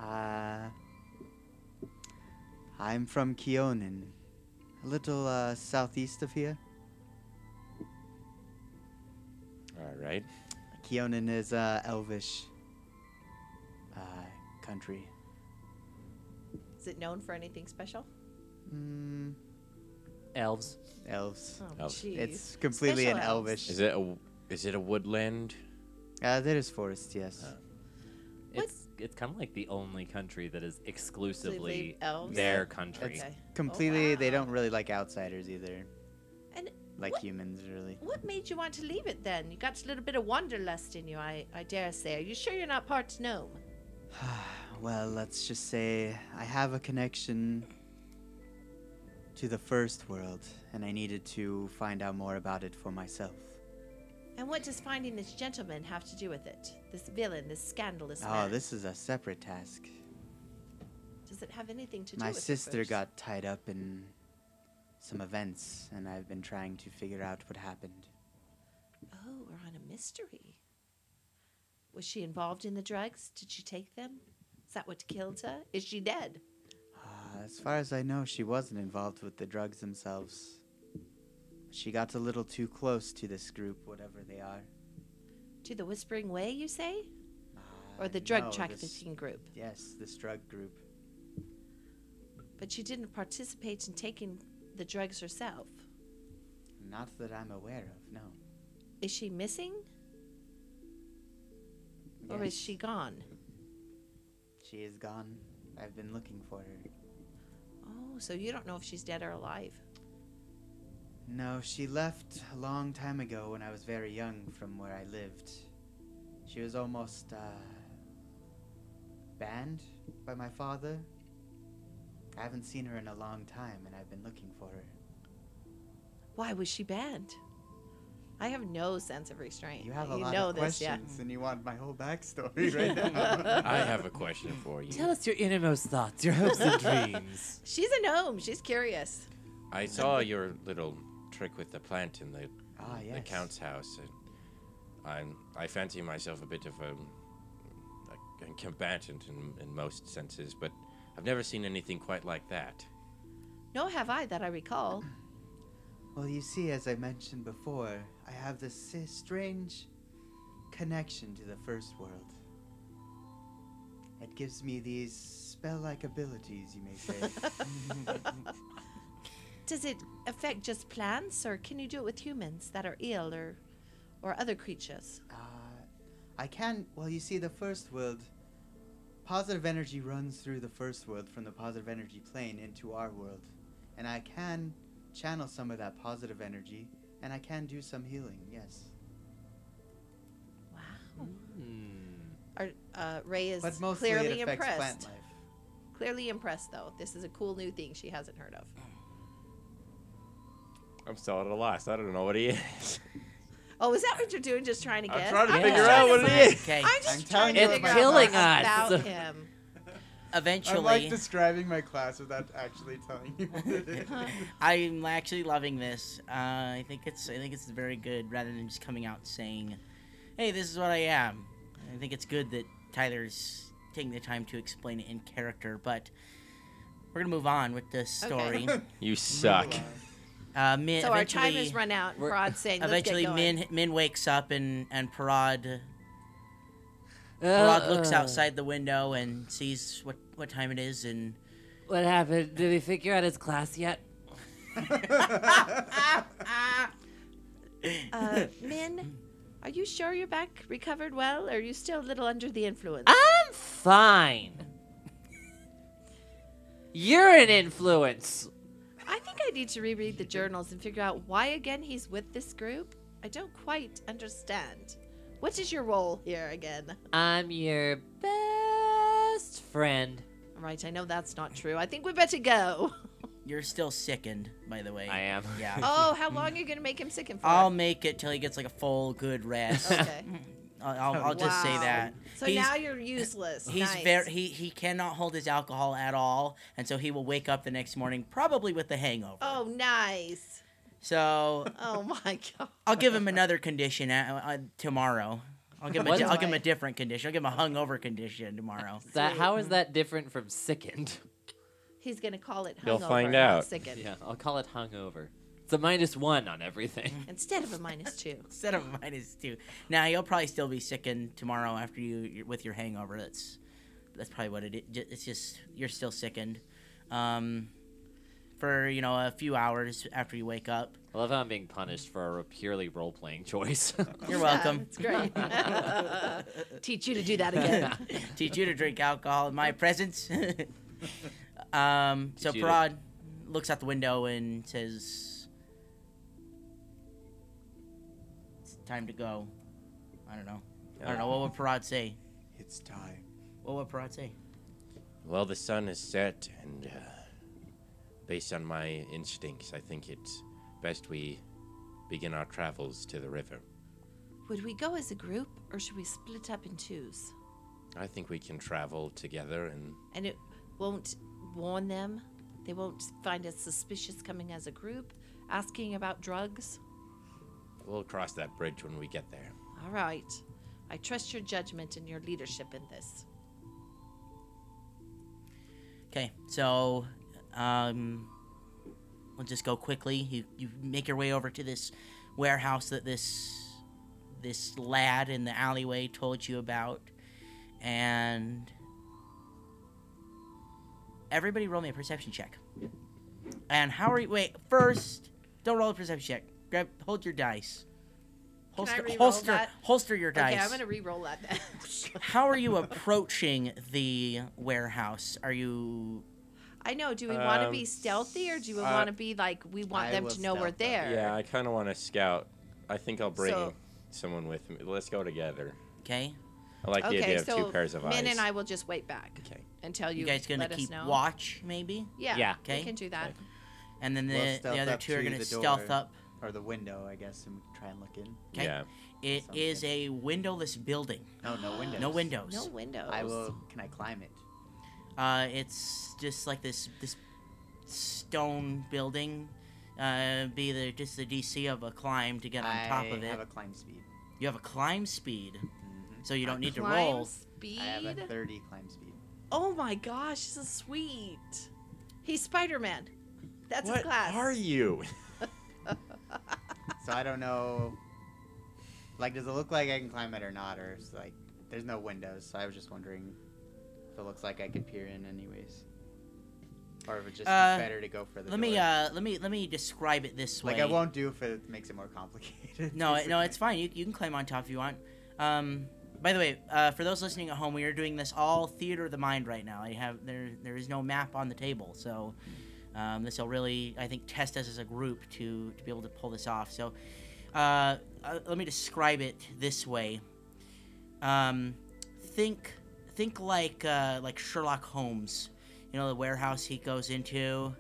[SPEAKER 6] Uh, I'm from Keonan, a little uh, southeast of here.
[SPEAKER 4] all right.
[SPEAKER 6] Keonan is uh, elvish uh, country.
[SPEAKER 7] Is it known for anything special?
[SPEAKER 6] Mm,
[SPEAKER 5] Elves.
[SPEAKER 6] elves.
[SPEAKER 7] Oh,
[SPEAKER 4] Elf.
[SPEAKER 7] jeez.
[SPEAKER 6] It's completely
[SPEAKER 7] Special
[SPEAKER 6] an
[SPEAKER 7] elves.
[SPEAKER 6] elvish.
[SPEAKER 4] Is it a is it a woodland?
[SPEAKER 6] Uh, there is forest, yes.
[SPEAKER 4] Oh.
[SPEAKER 7] What-
[SPEAKER 5] It's
[SPEAKER 3] it's kind of like the only country that is exclusively
[SPEAKER 7] elves?
[SPEAKER 3] their
[SPEAKER 6] Yeah.
[SPEAKER 3] country.
[SPEAKER 7] Okay.
[SPEAKER 6] Completely, they
[SPEAKER 7] Oh, wow.
[SPEAKER 6] don't really like outsiders either.
[SPEAKER 5] And
[SPEAKER 6] like
[SPEAKER 5] what-
[SPEAKER 6] humans, really.
[SPEAKER 5] What made you want to leave it then? You got a little bit of wanderlust in you, I, I dare say. Are you sure you're not part gnome?
[SPEAKER 6] well, let's just say I have a connection to the first world, and I needed to find out more about it for myself.
[SPEAKER 5] And what does finding this gentleman have to do with it? This villain, this scandalous
[SPEAKER 6] Oh,
[SPEAKER 5] man.
[SPEAKER 6] this is a separate task.
[SPEAKER 5] Does it have anything to do
[SPEAKER 6] My
[SPEAKER 5] with it
[SPEAKER 6] sister
[SPEAKER 5] first?
[SPEAKER 6] got tied up in some events, and I've been trying to figure out what happened.
[SPEAKER 5] Oh, we're on a mystery. Was she involved in the drugs? Did she take them? Is that what killed her? Is she dead?
[SPEAKER 6] Uh, as far as I know, she wasn't involved with the drugs themselves. She got a little too close to this group, whatever they are.
[SPEAKER 5] To the Whispering Way, you say?
[SPEAKER 6] Uh,
[SPEAKER 5] Or the drug
[SPEAKER 6] no,
[SPEAKER 5] trafficking
[SPEAKER 6] this-
[SPEAKER 5] group?
[SPEAKER 6] Yes, this drug group.
[SPEAKER 5] But she didn't participate in taking the drugs herself.
[SPEAKER 6] Not that I'm aware of, no.
[SPEAKER 5] Is she missing? Or is
[SPEAKER 6] Yes,
[SPEAKER 5] she gone?
[SPEAKER 6] She is gone. I've been looking for her.
[SPEAKER 5] Oh, so you don't know if she's dead or alive.
[SPEAKER 6] No, she left a long time ago when I was very young from where I lived. She was almost, uh. banned by my father. I haven't seen her in a long time, and I've been looking for her.
[SPEAKER 5] Why was she banned?
[SPEAKER 7] I have no sense of restraint.
[SPEAKER 6] You have a
[SPEAKER 7] you
[SPEAKER 6] lot
[SPEAKER 7] know
[SPEAKER 6] of
[SPEAKER 7] this, yeah.
[SPEAKER 6] questions, and you want my whole backstory right now.
[SPEAKER 4] I have a question for you.
[SPEAKER 3] Tell us your innermost thoughts, your hopes and dreams.
[SPEAKER 7] She's a gnome. She's curious.
[SPEAKER 4] I saw your little trick with the plant in the,
[SPEAKER 6] ah, yes.
[SPEAKER 4] the count's house, and I'm I fancy myself a bit of a, a combatant in, in most senses, but I've never seen anything quite like that.
[SPEAKER 5] No, have I that I recall.
[SPEAKER 6] Well, you see, as I mentioned before, I have this s- strange connection to the first world. It gives me these spell like abilities, you may say.
[SPEAKER 5] Does it affect just plants, or can you do it with humans that are ill or, or other creatures?
[SPEAKER 6] uh, I can. Well, you see, the first world. Positive energy runs through the first world from the positive energy plane into our world. And I can channel some of that positive energy, and I can do some healing, yes.
[SPEAKER 5] Wow.
[SPEAKER 3] Hmm.
[SPEAKER 7] Our, uh, Ray is
[SPEAKER 6] But mostly
[SPEAKER 7] clearly
[SPEAKER 6] it affects
[SPEAKER 7] impressed.
[SPEAKER 6] plant life.
[SPEAKER 7] Clearly impressed, though. This is a cool new thing she hasn't heard of.
[SPEAKER 9] I'm still at a loss. I don't know what he is.
[SPEAKER 7] Oh, is that what you're doing? Just trying to
[SPEAKER 9] I'm
[SPEAKER 7] guess?
[SPEAKER 9] trying to
[SPEAKER 7] I'm
[SPEAKER 3] figure
[SPEAKER 7] just
[SPEAKER 3] out
[SPEAKER 7] trying
[SPEAKER 9] what
[SPEAKER 7] to
[SPEAKER 9] it
[SPEAKER 7] find-
[SPEAKER 9] is.
[SPEAKER 1] Okay.
[SPEAKER 7] I'm just
[SPEAKER 6] I'm telling
[SPEAKER 7] trying to
[SPEAKER 6] you
[SPEAKER 7] figure
[SPEAKER 6] it's
[SPEAKER 7] out
[SPEAKER 3] killing
[SPEAKER 7] more
[SPEAKER 3] us.
[SPEAKER 7] about him.
[SPEAKER 1] Eventually,
[SPEAKER 6] describing my class without actually telling you what it is.
[SPEAKER 1] I'm actually loving this. Uh, I think it's I think it's very good rather than just coming out saying, "Hey, this is what I am." I think it's good that Tyler's taking the time to explain it in character, but we're gonna move on with the story.
[SPEAKER 9] You suck.
[SPEAKER 1] Uh, Min,
[SPEAKER 7] So our
[SPEAKER 1] eventually,
[SPEAKER 7] timers run out, and
[SPEAKER 3] We're-
[SPEAKER 7] Rod's saying, Let's
[SPEAKER 1] eventually
[SPEAKER 7] get going.
[SPEAKER 1] Min Min wakes up and and Parad Parad
[SPEAKER 3] Uh,
[SPEAKER 1] looks outside the window and sees what what time it is and
[SPEAKER 3] What happened? Did we figure out his class yet?
[SPEAKER 5] Uh, Min,
[SPEAKER 7] Are you sure you're back recovered well? Or are you still a little under the influence?
[SPEAKER 5] Uh,
[SPEAKER 3] I'm fine. You're an influence.
[SPEAKER 7] I think I need to reread the journals and figure out why again he's with this group. I don't quite understand. What is your role here again?
[SPEAKER 3] I'm your best friend.
[SPEAKER 7] All right, I know that's not true. I think we better go.
[SPEAKER 1] you're still sickened, by the way.
[SPEAKER 3] I am.
[SPEAKER 1] Yeah.
[SPEAKER 7] Oh, how long are you gonna make him sick and for?
[SPEAKER 1] I'll make it till he gets like a full good rest.
[SPEAKER 7] okay.
[SPEAKER 1] I'll, I'll, I'll just say
[SPEAKER 7] Wow.
[SPEAKER 1] that.
[SPEAKER 7] So
[SPEAKER 1] he's,
[SPEAKER 7] now you're useless.
[SPEAKER 1] he's
[SPEAKER 7] nice.
[SPEAKER 1] very he he cannot hold his alcohol at all, and so he will wake up the next morning probably with a hangover.
[SPEAKER 7] Oh, nice.
[SPEAKER 1] So
[SPEAKER 7] Oh my god.
[SPEAKER 1] I'll give him another condition uh, uh, tomorrow. I'll give him a,
[SPEAKER 3] What's
[SPEAKER 1] di- I'll give him a
[SPEAKER 7] right.
[SPEAKER 1] different condition. I'll give him a hungover condition tomorrow.
[SPEAKER 3] That, how is that different from sickened?
[SPEAKER 7] He's gonna call it hungover.
[SPEAKER 9] You'll find
[SPEAKER 7] not
[SPEAKER 9] out.
[SPEAKER 7] Sick and-
[SPEAKER 3] Yeah, I'll call it hungover. It's a minus one on everything.
[SPEAKER 7] Instead of a minus two.
[SPEAKER 1] Instead of minus two. Now you'll probably still be sickened tomorrow after you with your hangover. That's that's probably what it is. It's just you're still sickened. Um, for you know a few hours after you wake up.
[SPEAKER 3] I love how I'm being punished for a purely role playing choice.
[SPEAKER 1] You're welcome.
[SPEAKER 7] It's great. Teach you to do that again.
[SPEAKER 1] Teach you to drink alcohol in my presence. um, so
[SPEAKER 3] Teach you to-
[SPEAKER 1] Parad looks out the window and says, "It's time to go." I don't know. I don't know what would Parad say.
[SPEAKER 6] It's time.
[SPEAKER 1] What would Parad say?
[SPEAKER 4] Well, the sun has set, and uh, based on my instincts, I think it's best we begin our travels to the river.
[SPEAKER 7] Would we go as a group or should we split up in twos?
[SPEAKER 4] I think we can travel together, and
[SPEAKER 7] And it won't warn them. They won't find us suspicious coming as a group, asking about drugs.
[SPEAKER 4] we'll cross that bridge when we get there.
[SPEAKER 7] All right. I trust your judgment and your leadership in this.
[SPEAKER 1] Okay, so um, we'll just go quickly. You, you make your way over to this warehouse that this this lad in the alleyway told you about, and everybody roll me a perception check. And how are you? Wait, first, don't roll a perception check. Grab, hold your dice.
[SPEAKER 7] Can I
[SPEAKER 1] Holster,
[SPEAKER 7] re-roll
[SPEAKER 1] holster,
[SPEAKER 7] that?
[SPEAKER 1] holster your dice.
[SPEAKER 7] Okay, I'm going to re-roll that then.
[SPEAKER 1] How are you approaching the warehouse? Are you
[SPEAKER 7] I know. Do we want to
[SPEAKER 10] Um,
[SPEAKER 7] be stealthy or do we
[SPEAKER 10] uh,
[SPEAKER 7] want to be like, we want
[SPEAKER 6] I
[SPEAKER 7] them
[SPEAKER 6] will
[SPEAKER 7] to know we're
[SPEAKER 6] stealth them.
[SPEAKER 7] there?
[SPEAKER 10] Yeah, I kind of want to scout. I think I'll bring
[SPEAKER 7] So-
[SPEAKER 10] someone with me. Let's go together.
[SPEAKER 1] okay?
[SPEAKER 10] I like the
[SPEAKER 7] Okay,
[SPEAKER 10] idea of
[SPEAKER 7] so
[SPEAKER 10] two pairs of
[SPEAKER 7] Min
[SPEAKER 10] eyes.
[SPEAKER 7] and I will just wait back
[SPEAKER 10] Okay.
[SPEAKER 7] until you,
[SPEAKER 1] You guys gonna
[SPEAKER 7] let us
[SPEAKER 1] keep
[SPEAKER 7] know.
[SPEAKER 1] watch, maybe?
[SPEAKER 7] Yeah,
[SPEAKER 3] Yeah.
[SPEAKER 1] Okay.
[SPEAKER 7] we can do that.
[SPEAKER 1] And then the,
[SPEAKER 6] We'll
[SPEAKER 1] the
[SPEAKER 6] stealth
[SPEAKER 1] other
[SPEAKER 6] up
[SPEAKER 1] two are
[SPEAKER 6] to
[SPEAKER 1] gonna
[SPEAKER 6] the
[SPEAKER 1] stealth
[SPEAKER 6] door.
[SPEAKER 1] up.
[SPEAKER 6] Or the window, I guess, and try and look in.
[SPEAKER 1] Okay.
[SPEAKER 10] Yeah.
[SPEAKER 1] It
[SPEAKER 6] Sounds
[SPEAKER 1] is
[SPEAKER 6] good.
[SPEAKER 1] a windowless building.
[SPEAKER 6] No, no windows.
[SPEAKER 1] No windows.
[SPEAKER 7] No windows.
[SPEAKER 6] I will. Can I climb it?
[SPEAKER 1] Uh, it's just like this this stone building. Uh, be the just the DC of a climb to get on top of
[SPEAKER 6] I
[SPEAKER 1] it. Mm-hmm.
[SPEAKER 6] have a climb speed.
[SPEAKER 1] You have a climb speed,
[SPEAKER 6] Mhm.
[SPEAKER 1] so you don't need to
[SPEAKER 7] Climb
[SPEAKER 1] roll.
[SPEAKER 7] speed.
[SPEAKER 6] I have a 30 climb speed.
[SPEAKER 7] Oh my gosh, this is sweet. He's Spider Man. That's his
[SPEAKER 10] what
[SPEAKER 7] class.
[SPEAKER 10] are you?
[SPEAKER 6] So I don't know. Like, does it look like I can climb it or not? Or is like, there's no windows, so I was just wondering if it looks like I could peer in, anyways. Or if it just
[SPEAKER 1] Uh,
[SPEAKER 6] be better to go for the.
[SPEAKER 1] Let me
[SPEAKER 6] door.
[SPEAKER 1] uh, let me let me describe it this way.
[SPEAKER 6] Like I won't do if it makes it more complicated.
[SPEAKER 1] No, it- no, it's fine. You, you can claim on top if you want. Um, by the way, uh, for those listening at home, we are doing this all theater of the mind right now. I have there there is no map on the table, so um, this will really I think test us as a group to to be able to pull this off. So uh, uh, let me describe it this way. Um, think think like uh, like Sherlock Holmes. You know the warehouse he goes into.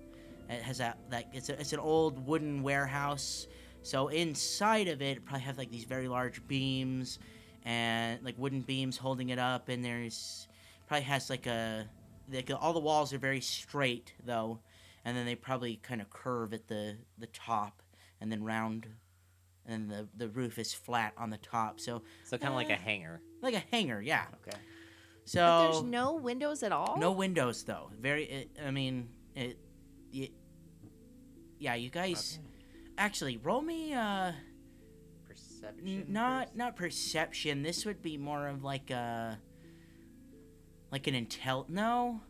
[SPEAKER 1] It has that like it's a, it's an old wooden warehouse. So inside of it, it probably have like these very large beams and like wooden beams holding it up. And there's probably has like a like all the walls are very straight though, and then they probably kind of curve at the the top and then round, and then the the roof is flat on the top. So
[SPEAKER 3] so kind of like a hanger.
[SPEAKER 1] like a hangar, yeah.
[SPEAKER 6] Okay.
[SPEAKER 1] So
[SPEAKER 7] But there's no windows at all?
[SPEAKER 1] no windows though. Very. It, I mean, it, it. Yeah, you guys. Actually, roll me. Uh,
[SPEAKER 6] Perception.
[SPEAKER 1] n- not
[SPEAKER 6] first?
[SPEAKER 1] not perception. This would be more of like a. Like an intel. No.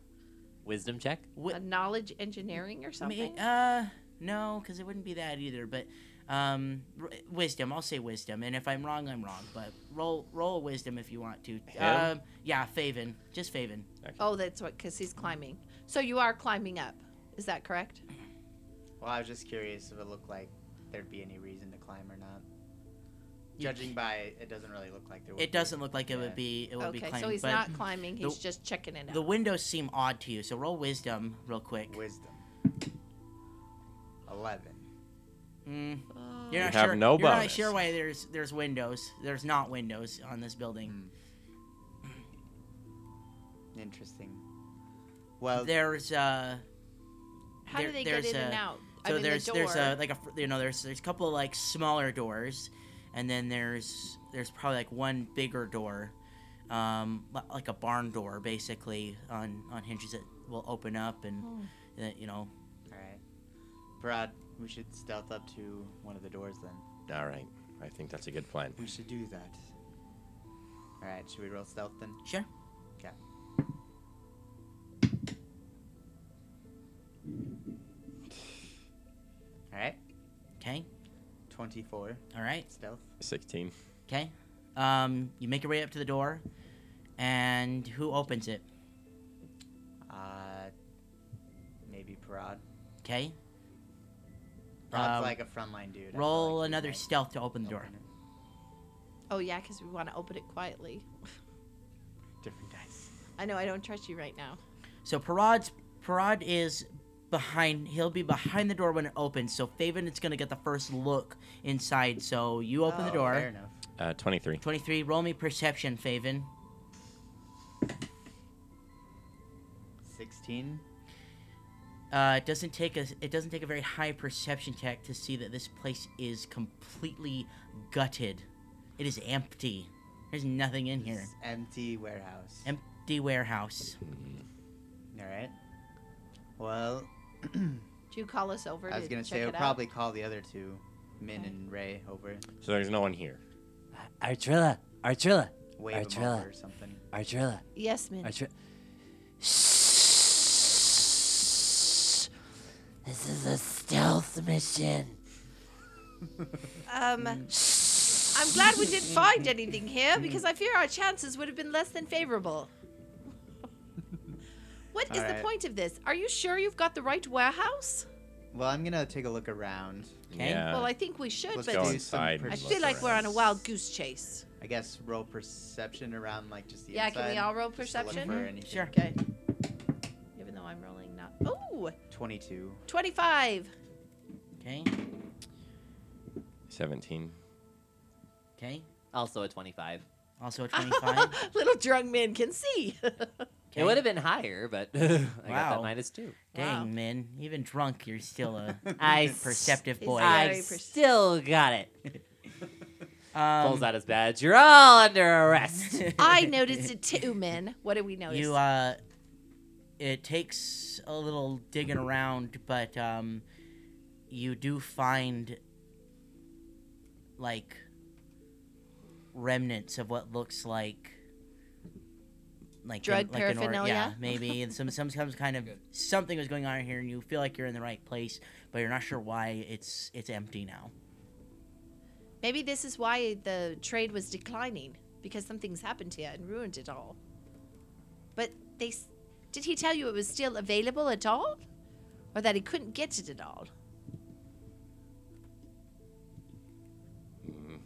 [SPEAKER 3] Wisdom check?
[SPEAKER 1] Wi-
[SPEAKER 7] A knowledge engineering or
[SPEAKER 1] I mean,
[SPEAKER 7] something?
[SPEAKER 1] uh, no, because it wouldn't be that either. But, um, r- wisdom. I'll say wisdom, and if I'm wrong, I'm wrong. But roll roll wisdom if you want to. Um, yeah, Faven. Just Faven.
[SPEAKER 7] oh, that's what, because he's climbing. So you are climbing up. Is that correct?
[SPEAKER 6] Well, I was just curious if it looked like there'd be any reason to climb or not.
[SPEAKER 1] You-
[SPEAKER 6] Judging by it, it doesn't really look like there would.
[SPEAKER 1] It doesn't look like it
[SPEAKER 6] Yeah.
[SPEAKER 1] would be. It would be
[SPEAKER 7] Okay,
[SPEAKER 1] claimed.
[SPEAKER 7] so he's
[SPEAKER 1] but
[SPEAKER 7] not climbing,
[SPEAKER 1] the-
[SPEAKER 7] he's just checking it out.
[SPEAKER 1] The windows seem odd to you, so roll wisdom real quick.
[SPEAKER 6] Wisdom. Eleven.
[SPEAKER 1] Mm, you're not
[SPEAKER 10] have
[SPEAKER 1] sure.
[SPEAKER 10] no
[SPEAKER 1] you're not
[SPEAKER 10] bonus.
[SPEAKER 1] sure why there's there's windows. There's not windows on this building.
[SPEAKER 6] Interesting. Well,
[SPEAKER 1] There's uh.
[SPEAKER 7] How
[SPEAKER 1] there-
[SPEAKER 7] do they get
[SPEAKER 1] there's
[SPEAKER 7] in and
[SPEAKER 1] a-
[SPEAKER 7] out?
[SPEAKER 1] So
[SPEAKER 7] I mean,
[SPEAKER 1] there's
[SPEAKER 7] the door.
[SPEAKER 1] there's a like a fr- you know there's there's a couple of like smaller doors, and then there's there's probably like one bigger door, um li- like a barn door basically on on hinges that will open up and
[SPEAKER 7] Mm-hmm.
[SPEAKER 1] that you know
[SPEAKER 6] all right. Brad, we should stealth up to one of the doors then.
[SPEAKER 4] All right, I think that's a good plan.
[SPEAKER 6] We should do that. All right. Should we roll stealth then?
[SPEAKER 1] sure.
[SPEAKER 6] Okay.
[SPEAKER 1] Okay.
[SPEAKER 6] 24
[SPEAKER 1] All right.
[SPEAKER 6] stealth.
[SPEAKER 9] 16.
[SPEAKER 1] Okay. Um, you make your way up to the door, and who opens it?
[SPEAKER 6] Uh, maybe Parad.
[SPEAKER 1] Okay.
[SPEAKER 6] Parad's
[SPEAKER 1] Um,
[SPEAKER 6] like a frontline dude. I feel
[SPEAKER 1] Roll
[SPEAKER 6] like he
[SPEAKER 1] another
[SPEAKER 6] might
[SPEAKER 1] stealth to open the door.
[SPEAKER 6] open it.
[SPEAKER 7] Oh yeah, because we want to open it quietly.
[SPEAKER 6] Different dice.
[SPEAKER 7] I know I don't trust you right now.
[SPEAKER 1] So Parad's Parad is behind. He'll be behind the door when it opens. So Faven is gonna get the first look inside. So you open the
[SPEAKER 6] Oh,
[SPEAKER 1] door.
[SPEAKER 6] Fair enough.
[SPEAKER 9] Uh, 23.
[SPEAKER 1] Twenty-three. Roll me perception, Faven.
[SPEAKER 6] 16.
[SPEAKER 1] Uh, it doesn't take a it doesn't take a very high perception check to see that this place is completely gutted. It is empty. There's nothing in here.
[SPEAKER 6] This Empty warehouse.
[SPEAKER 1] Empty warehouse.
[SPEAKER 6] All right. Well,
[SPEAKER 7] Do you call us over?
[SPEAKER 6] I was
[SPEAKER 7] to
[SPEAKER 6] gonna
[SPEAKER 7] check
[SPEAKER 6] say
[SPEAKER 7] it
[SPEAKER 6] we'll
[SPEAKER 7] out?
[SPEAKER 6] probably call the other two, Min
[SPEAKER 7] Okay.
[SPEAKER 6] and Ray, over.
[SPEAKER 9] So there's no one here.
[SPEAKER 3] Artrilla, Artrilla,
[SPEAKER 6] Wave 'em
[SPEAKER 3] Artrilla.
[SPEAKER 6] over or something.
[SPEAKER 3] Artrilla,
[SPEAKER 7] Yes, Min.
[SPEAKER 3] Artrilla. This is a stealth mission.
[SPEAKER 7] Um, I'm glad we didn't find anything here because I fear our chances would have been less than favorable. What is the
[SPEAKER 6] Alright.
[SPEAKER 7] point of this? Are you sure you've got the right warehouse?
[SPEAKER 6] Well, I'm gonna take a look around.
[SPEAKER 1] Okay.
[SPEAKER 9] Yeah.
[SPEAKER 7] well, I think we should,
[SPEAKER 6] Uh, Let's
[SPEAKER 7] but
[SPEAKER 9] go
[SPEAKER 6] do
[SPEAKER 9] inside
[SPEAKER 6] some
[SPEAKER 9] and
[SPEAKER 7] I
[SPEAKER 9] look
[SPEAKER 7] feel like we're on a
[SPEAKER 6] perceptions.
[SPEAKER 7] wild goose chase.
[SPEAKER 6] I guess roll perception around like just the
[SPEAKER 7] yeah,
[SPEAKER 6] inside.
[SPEAKER 7] can we all roll
[SPEAKER 6] just to look
[SPEAKER 7] perception?
[SPEAKER 6] for anything.
[SPEAKER 1] Sure.
[SPEAKER 7] Okay. Even though I'm rolling not. Oh,
[SPEAKER 6] 22.
[SPEAKER 7] 25.
[SPEAKER 1] Okay.
[SPEAKER 9] 17.
[SPEAKER 1] Okay.
[SPEAKER 3] Also a 25.
[SPEAKER 1] Also a twenty-five.
[SPEAKER 7] Little drunk man can see.
[SPEAKER 1] Okay.
[SPEAKER 3] It would have been higher, but I got
[SPEAKER 1] Wow.
[SPEAKER 3] that minus two.
[SPEAKER 1] Dang,
[SPEAKER 7] Wow.
[SPEAKER 1] man. Even drunk, you're still a
[SPEAKER 3] I
[SPEAKER 1] perceptive
[SPEAKER 7] He's
[SPEAKER 1] boy.
[SPEAKER 7] very
[SPEAKER 3] I
[SPEAKER 7] perce-
[SPEAKER 3] still got it. Pulls
[SPEAKER 1] Um,
[SPEAKER 3] out his badge. You're all under arrest.
[SPEAKER 7] I noticed it too, Min. What did we notice?
[SPEAKER 1] You, uh, it takes a little digging around, but, um, you do find, like, remnants of what looks like. Like,
[SPEAKER 7] Drug
[SPEAKER 1] an- like an or- yeah,
[SPEAKER 7] paraphernalia?
[SPEAKER 1] maybe and some some some kind of something was going on here, and you feel like you're in the right place, but you're not sure why. It's it's empty now.
[SPEAKER 7] Maybe this is why the trade was declining because something's happened here and ruined it all. But they s- did he tell you it was still available at all, or that he couldn't get it at all?
[SPEAKER 9] Mm.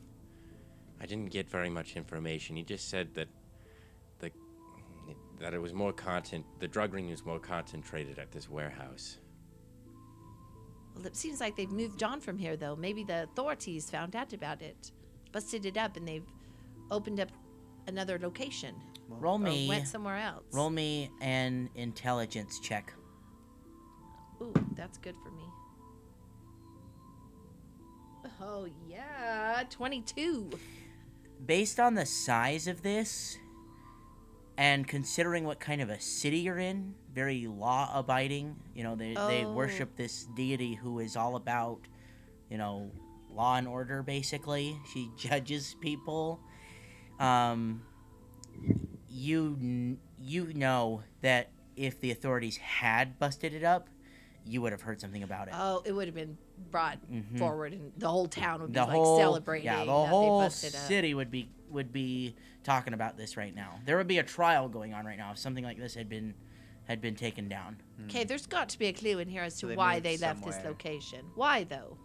[SPEAKER 9] I didn't get very much information. He just said that the that it was more content. The drug ring was more concentrated at this warehouse.
[SPEAKER 7] Well, it seems like they've moved on from here, though. Maybe the authorities found out about it, busted it up, and they've opened up another location
[SPEAKER 1] Roll
[SPEAKER 6] oh,
[SPEAKER 7] or
[SPEAKER 1] me,
[SPEAKER 7] went somewhere else.
[SPEAKER 1] roll me an intelligence check.
[SPEAKER 7] Ooh, that's good for me. Oh yeah, twenty-two.
[SPEAKER 1] based on the size of this and considering what kind of a city you're in very law abiding you know they, they
[SPEAKER 7] Oh.
[SPEAKER 1] worship this deity who is all about you know law and order basically she judges people um you kn- you know that if the authorities had busted it up you would have heard something about it
[SPEAKER 7] Oh, it would have been brought
[SPEAKER 6] Mm-hmm.
[SPEAKER 1] Mhm.
[SPEAKER 7] forward, and the whole town would be
[SPEAKER 1] the
[SPEAKER 7] like
[SPEAKER 1] whole
[SPEAKER 7] celebrating.
[SPEAKER 1] yeah the
[SPEAKER 7] that they
[SPEAKER 1] whole
[SPEAKER 7] busted up.
[SPEAKER 1] city would be would be talking about this right now there would be a trial going on right now if something like this had been had been taken down
[SPEAKER 7] Okay, there's got to be a clue in here as
[SPEAKER 6] So
[SPEAKER 7] to
[SPEAKER 6] they
[SPEAKER 7] why
[SPEAKER 6] moved
[SPEAKER 7] they left this
[SPEAKER 6] somewhere.
[SPEAKER 7] location. Why though?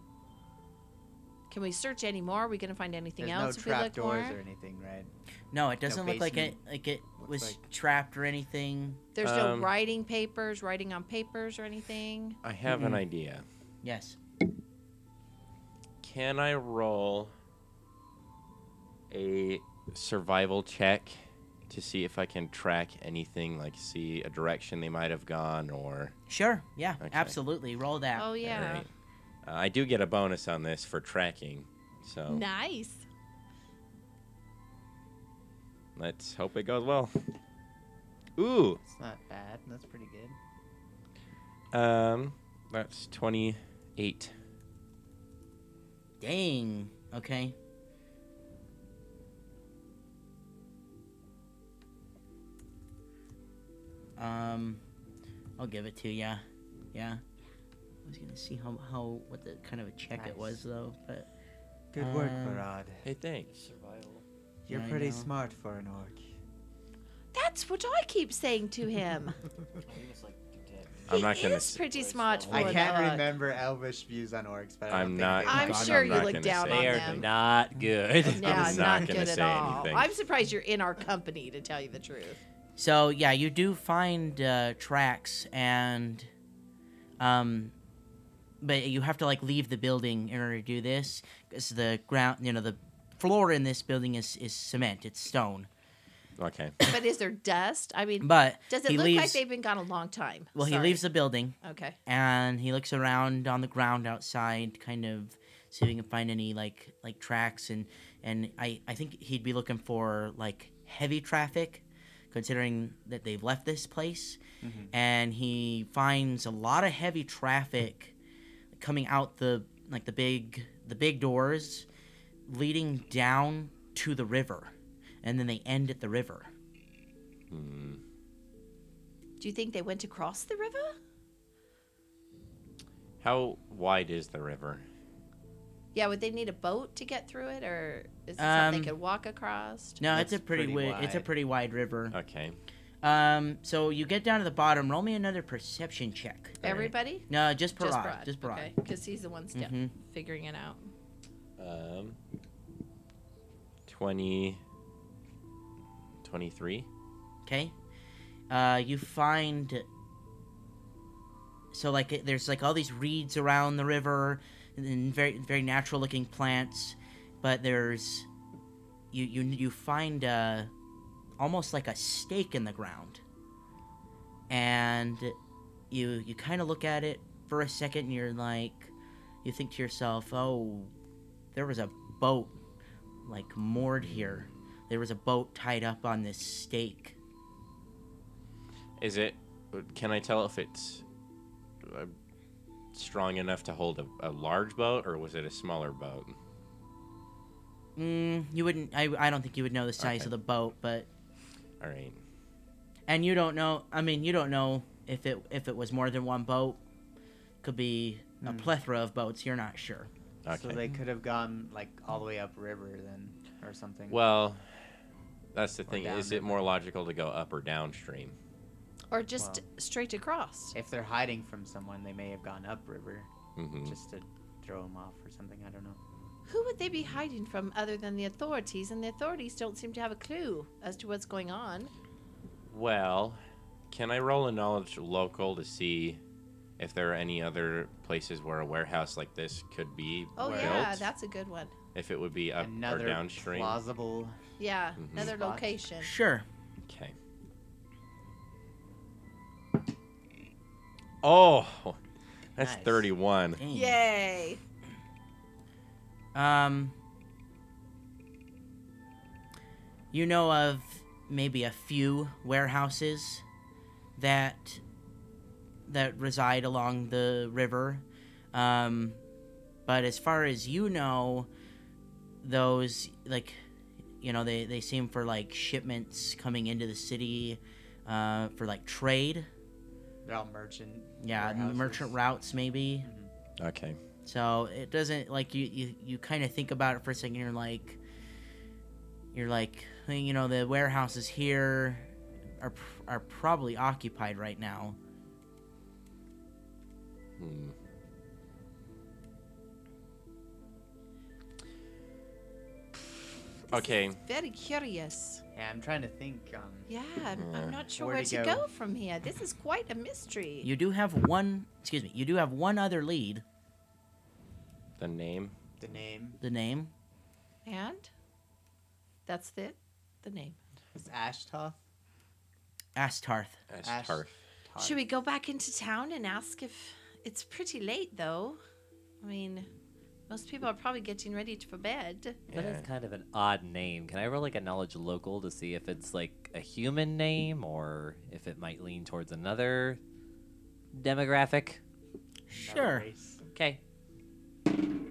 [SPEAKER 7] Can we search any more? Are we gonna find anything
[SPEAKER 6] There's
[SPEAKER 7] else
[SPEAKER 6] no
[SPEAKER 7] if we
[SPEAKER 6] trap
[SPEAKER 7] look
[SPEAKER 6] doors
[SPEAKER 7] more?
[SPEAKER 6] or anything, right?
[SPEAKER 1] no it doesn't look like it
[SPEAKER 6] basement.
[SPEAKER 1] like it
[SPEAKER 6] Looks
[SPEAKER 1] was
[SPEAKER 6] like-
[SPEAKER 1] trapped or anything
[SPEAKER 7] There's
[SPEAKER 9] Um,
[SPEAKER 7] no writing papers, writing on papers or anything.
[SPEAKER 9] I have an
[SPEAKER 7] Mm-hmm.
[SPEAKER 1] Mm-mm.
[SPEAKER 9] idea.
[SPEAKER 1] yes
[SPEAKER 9] Can I roll a survival check to see if I can track anything, like see a direction they might have gone, or
[SPEAKER 1] sure yeah
[SPEAKER 9] Okay.
[SPEAKER 1] absolutely roll that
[SPEAKER 7] Oh yeah.
[SPEAKER 9] Alright. Uh, I do get a bonus on this for tracking. So
[SPEAKER 7] Nice.
[SPEAKER 9] let's hope it goes well. Ooh,
[SPEAKER 6] It's not bad. That's pretty good.
[SPEAKER 9] um, that's twenty-eight.
[SPEAKER 1] dang okay um i'll give it to ya. yeah was gonna see how how what the kind of a check it
[SPEAKER 6] Nice.
[SPEAKER 1] was though, but
[SPEAKER 6] Good work,
[SPEAKER 1] Um,
[SPEAKER 6] Barad.
[SPEAKER 9] Hey, thanks.
[SPEAKER 11] Survival.
[SPEAKER 6] You're
[SPEAKER 1] I
[SPEAKER 6] pretty
[SPEAKER 1] know.
[SPEAKER 6] smart for an orc.
[SPEAKER 7] That's what I keep saying to him.
[SPEAKER 11] I think it's like contact.
[SPEAKER 9] I'm
[SPEAKER 7] he
[SPEAKER 9] not gonna
[SPEAKER 7] is
[SPEAKER 9] s-
[SPEAKER 7] pretty smart for
[SPEAKER 11] I
[SPEAKER 6] I
[SPEAKER 7] an
[SPEAKER 6] can't
[SPEAKER 7] orc.
[SPEAKER 6] remember Elvish views on orcs, but I
[SPEAKER 9] I'm
[SPEAKER 6] don't
[SPEAKER 9] not.
[SPEAKER 6] Think they
[SPEAKER 7] I'm
[SPEAKER 6] lie.
[SPEAKER 7] sure you
[SPEAKER 9] not
[SPEAKER 7] look
[SPEAKER 9] gonna
[SPEAKER 7] down
[SPEAKER 9] say
[SPEAKER 7] on
[SPEAKER 9] anything.
[SPEAKER 7] them.
[SPEAKER 3] Not good.
[SPEAKER 7] No,
[SPEAKER 9] I'm
[SPEAKER 7] not,
[SPEAKER 9] not gonna
[SPEAKER 7] good at
[SPEAKER 9] say
[SPEAKER 7] all.
[SPEAKER 9] anything.
[SPEAKER 7] I'm surprised you're in our company, to tell you the truth.
[SPEAKER 1] So yeah, you do find uh, tracks, and um, but you have to like leave the building in order to do this, because the ground, you know, the floor in this building is is cement, it's stone.
[SPEAKER 9] Okay.
[SPEAKER 7] But is there dust? I mean,
[SPEAKER 1] But
[SPEAKER 7] does it
[SPEAKER 1] he
[SPEAKER 7] look
[SPEAKER 1] leaves,
[SPEAKER 7] like they've been gone a long time?
[SPEAKER 1] Well, he
[SPEAKER 7] Sorry.
[SPEAKER 1] leaves the building
[SPEAKER 7] Okay.
[SPEAKER 1] and he looks around on the ground outside, kind of see if he can find any like like tracks, and and I I think he'd be looking for like heavy traffic, considering that they've left this place. and he finds a lot of heavy traffic coming out the like the big the big doors leading down to the river and then they end at the river
[SPEAKER 9] Hmm.
[SPEAKER 7] Do you think they went across the river?
[SPEAKER 9] How wide is the river?
[SPEAKER 7] Yeah, would they need a boat to get through it, or is it something
[SPEAKER 1] Um,
[SPEAKER 7] they could walk across?
[SPEAKER 1] no
[SPEAKER 6] That's
[SPEAKER 1] it's a pretty,
[SPEAKER 6] pretty
[SPEAKER 1] wi- it's a
[SPEAKER 6] wide.
[SPEAKER 1] pretty wide river
[SPEAKER 9] Okay.
[SPEAKER 1] um so you get down to the bottom roll me another perception check
[SPEAKER 7] Everybody?
[SPEAKER 1] no just parade
[SPEAKER 7] Just
[SPEAKER 1] just
[SPEAKER 7] Brad.
[SPEAKER 1] parade,
[SPEAKER 7] Okay, because he's the one step
[SPEAKER 1] Mhm.
[SPEAKER 7] figuring it out.
[SPEAKER 9] Um. 20. 23.
[SPEAKER 1] Okay. Uh, you find. So like it- there's like all these reeds around the river, and then very very natural looking plants, but there's, you you you find uh, almost like a stake in the ground. And you you kind of look at it for a second, and you're like, you think to yourself, oh, there was a boat, like moored here. There was a boat tied up on this stake.
[SPEAKER 9] Is it. Can I tell if it's uh, strong enough to hold a, a large boat or was it a smaller boat?
[SPEAKER 1] Mm, you wouldn't. I, I don't think you would know the size
[SPEAKER 9] Okay.
[SPEAKER 1] of the boat, but
[SPEAKER 9] All right.
[SPEAKER 1] and you don't know. I mean, you don't know if it if it was more than one boat. Could be a plethora of boats. You're not sure.
[SPEAKER 9] Okay.
[SPEAKER 6] So they could have gone like all the way up river then, or something.
[SPEAKER 9] Well, that's the thing.
[SPEAKER 6] down
[SPEAKER 9] Is it more logical to go up or downstream?
[SPEAKER 7] Or just straight across.
[SPEAKER 6] if they're hiding from someone, they may have gone up river
[SPEAKER 9] Mm-hmm.
[SPEAKER 6] just to throw them off or something. I don't know.
[SPEAKER 7] Who would they be hiding from other than the authorities? And the authorities don't seem to have a clue as to what's going on.
[SPEAKER 9] Well, can I roll a knowledge local to see if there are any other places where a warehouse like this could be
[SPEAKER 7] Oh
[SPEAKER 9] built?
[SPEAKER 7] yeah, that's a good one.
[SPEAKER 9] If it would be up
[SPEAKER 6] Another
[SPEAKER 9] or downstream.
[SPEAKER 6] plausible.
[SPEAKER 7] Yeah,
[SPEAKER 9] Mhm.
[SPEAKER 7] another
[SPEAKER 6] Spot.
[SPEAKER 7] location.
[SPEAKER 1] Sure.
[SPEAKER 9] Okay. Oh, that's
[SPEAKER 6] Nice.
[SPEAKER 9] 31.
[SPEAKER 1] Dang.
[SPEAKER 7] Yay!
[SPEAKER 1] Um. You know of maybe a few warehouses that that reside along the river, um, but as far as you know, those like you know they they seem for like shipments coming into the city uh, for like trade,
[SPEAKER 6] They're all merchant.
[SPEAKER 1] yeah,
[SPEAKER 6] warehouses.
[SPEAKER 1] merchant routes maybe.
[SPEAKER 9] Okay.
[SPEAKER 1] So it doesn't like you you, you kind of think about it for a second. You're like, you're like, "Hey, you know, the warehouses here are pr- are probably occupied right now.
[SPEAKER 9] Hmm. Okay.
[SPEAKER 7] Very curious.
[SPEAKER 6] Yeah, I'm trying to think. Um,
[SPEAKER 7] Yeah, I'm, I'm not sure where,
[SPEAKER 6] Where
[SPEAKER 7] to
[SPEAKER 6] to
[SPEAKER 7] go.
[SPEAKER 6] go?
[SPEAKER 7] from here. This is quite a mystery.
[SPEAKER 1] You do have one. Excuse me. You do have one other lead.
[SPEAKER 9] The name.
[SPEAKER 6] the name
[SPEAKER 1] The name.
[SPEAKER 7] and that's it. The name.
[SPEAKER 6] is Ashtoth.
[SPEAKER 1] Astarth.
[SPEAKER 9] That's
[SPEAKER 6] Ash-
[SPEAKER 9] Tarth.
[SPEAKER 6] Toth.
[SPEAKER 7] Should we go back into town and ask if it's pretty late though? I mean, most people are probably getting ready to- for bed.
[SPEAKER 3] That is
[SPEAKER 9] Yeah.
[SPEAKER 3] kind of an odd name. Can I roll like a knowledge local to see if it's like a human name or if it might lean towards another demographic?
[SPEAKER 6] Another
[SPEAKER 1] Sure.
[SPEAKER 6] race.
[SPEAKER 3] Okay.
[SPEAKER 6] Ooh.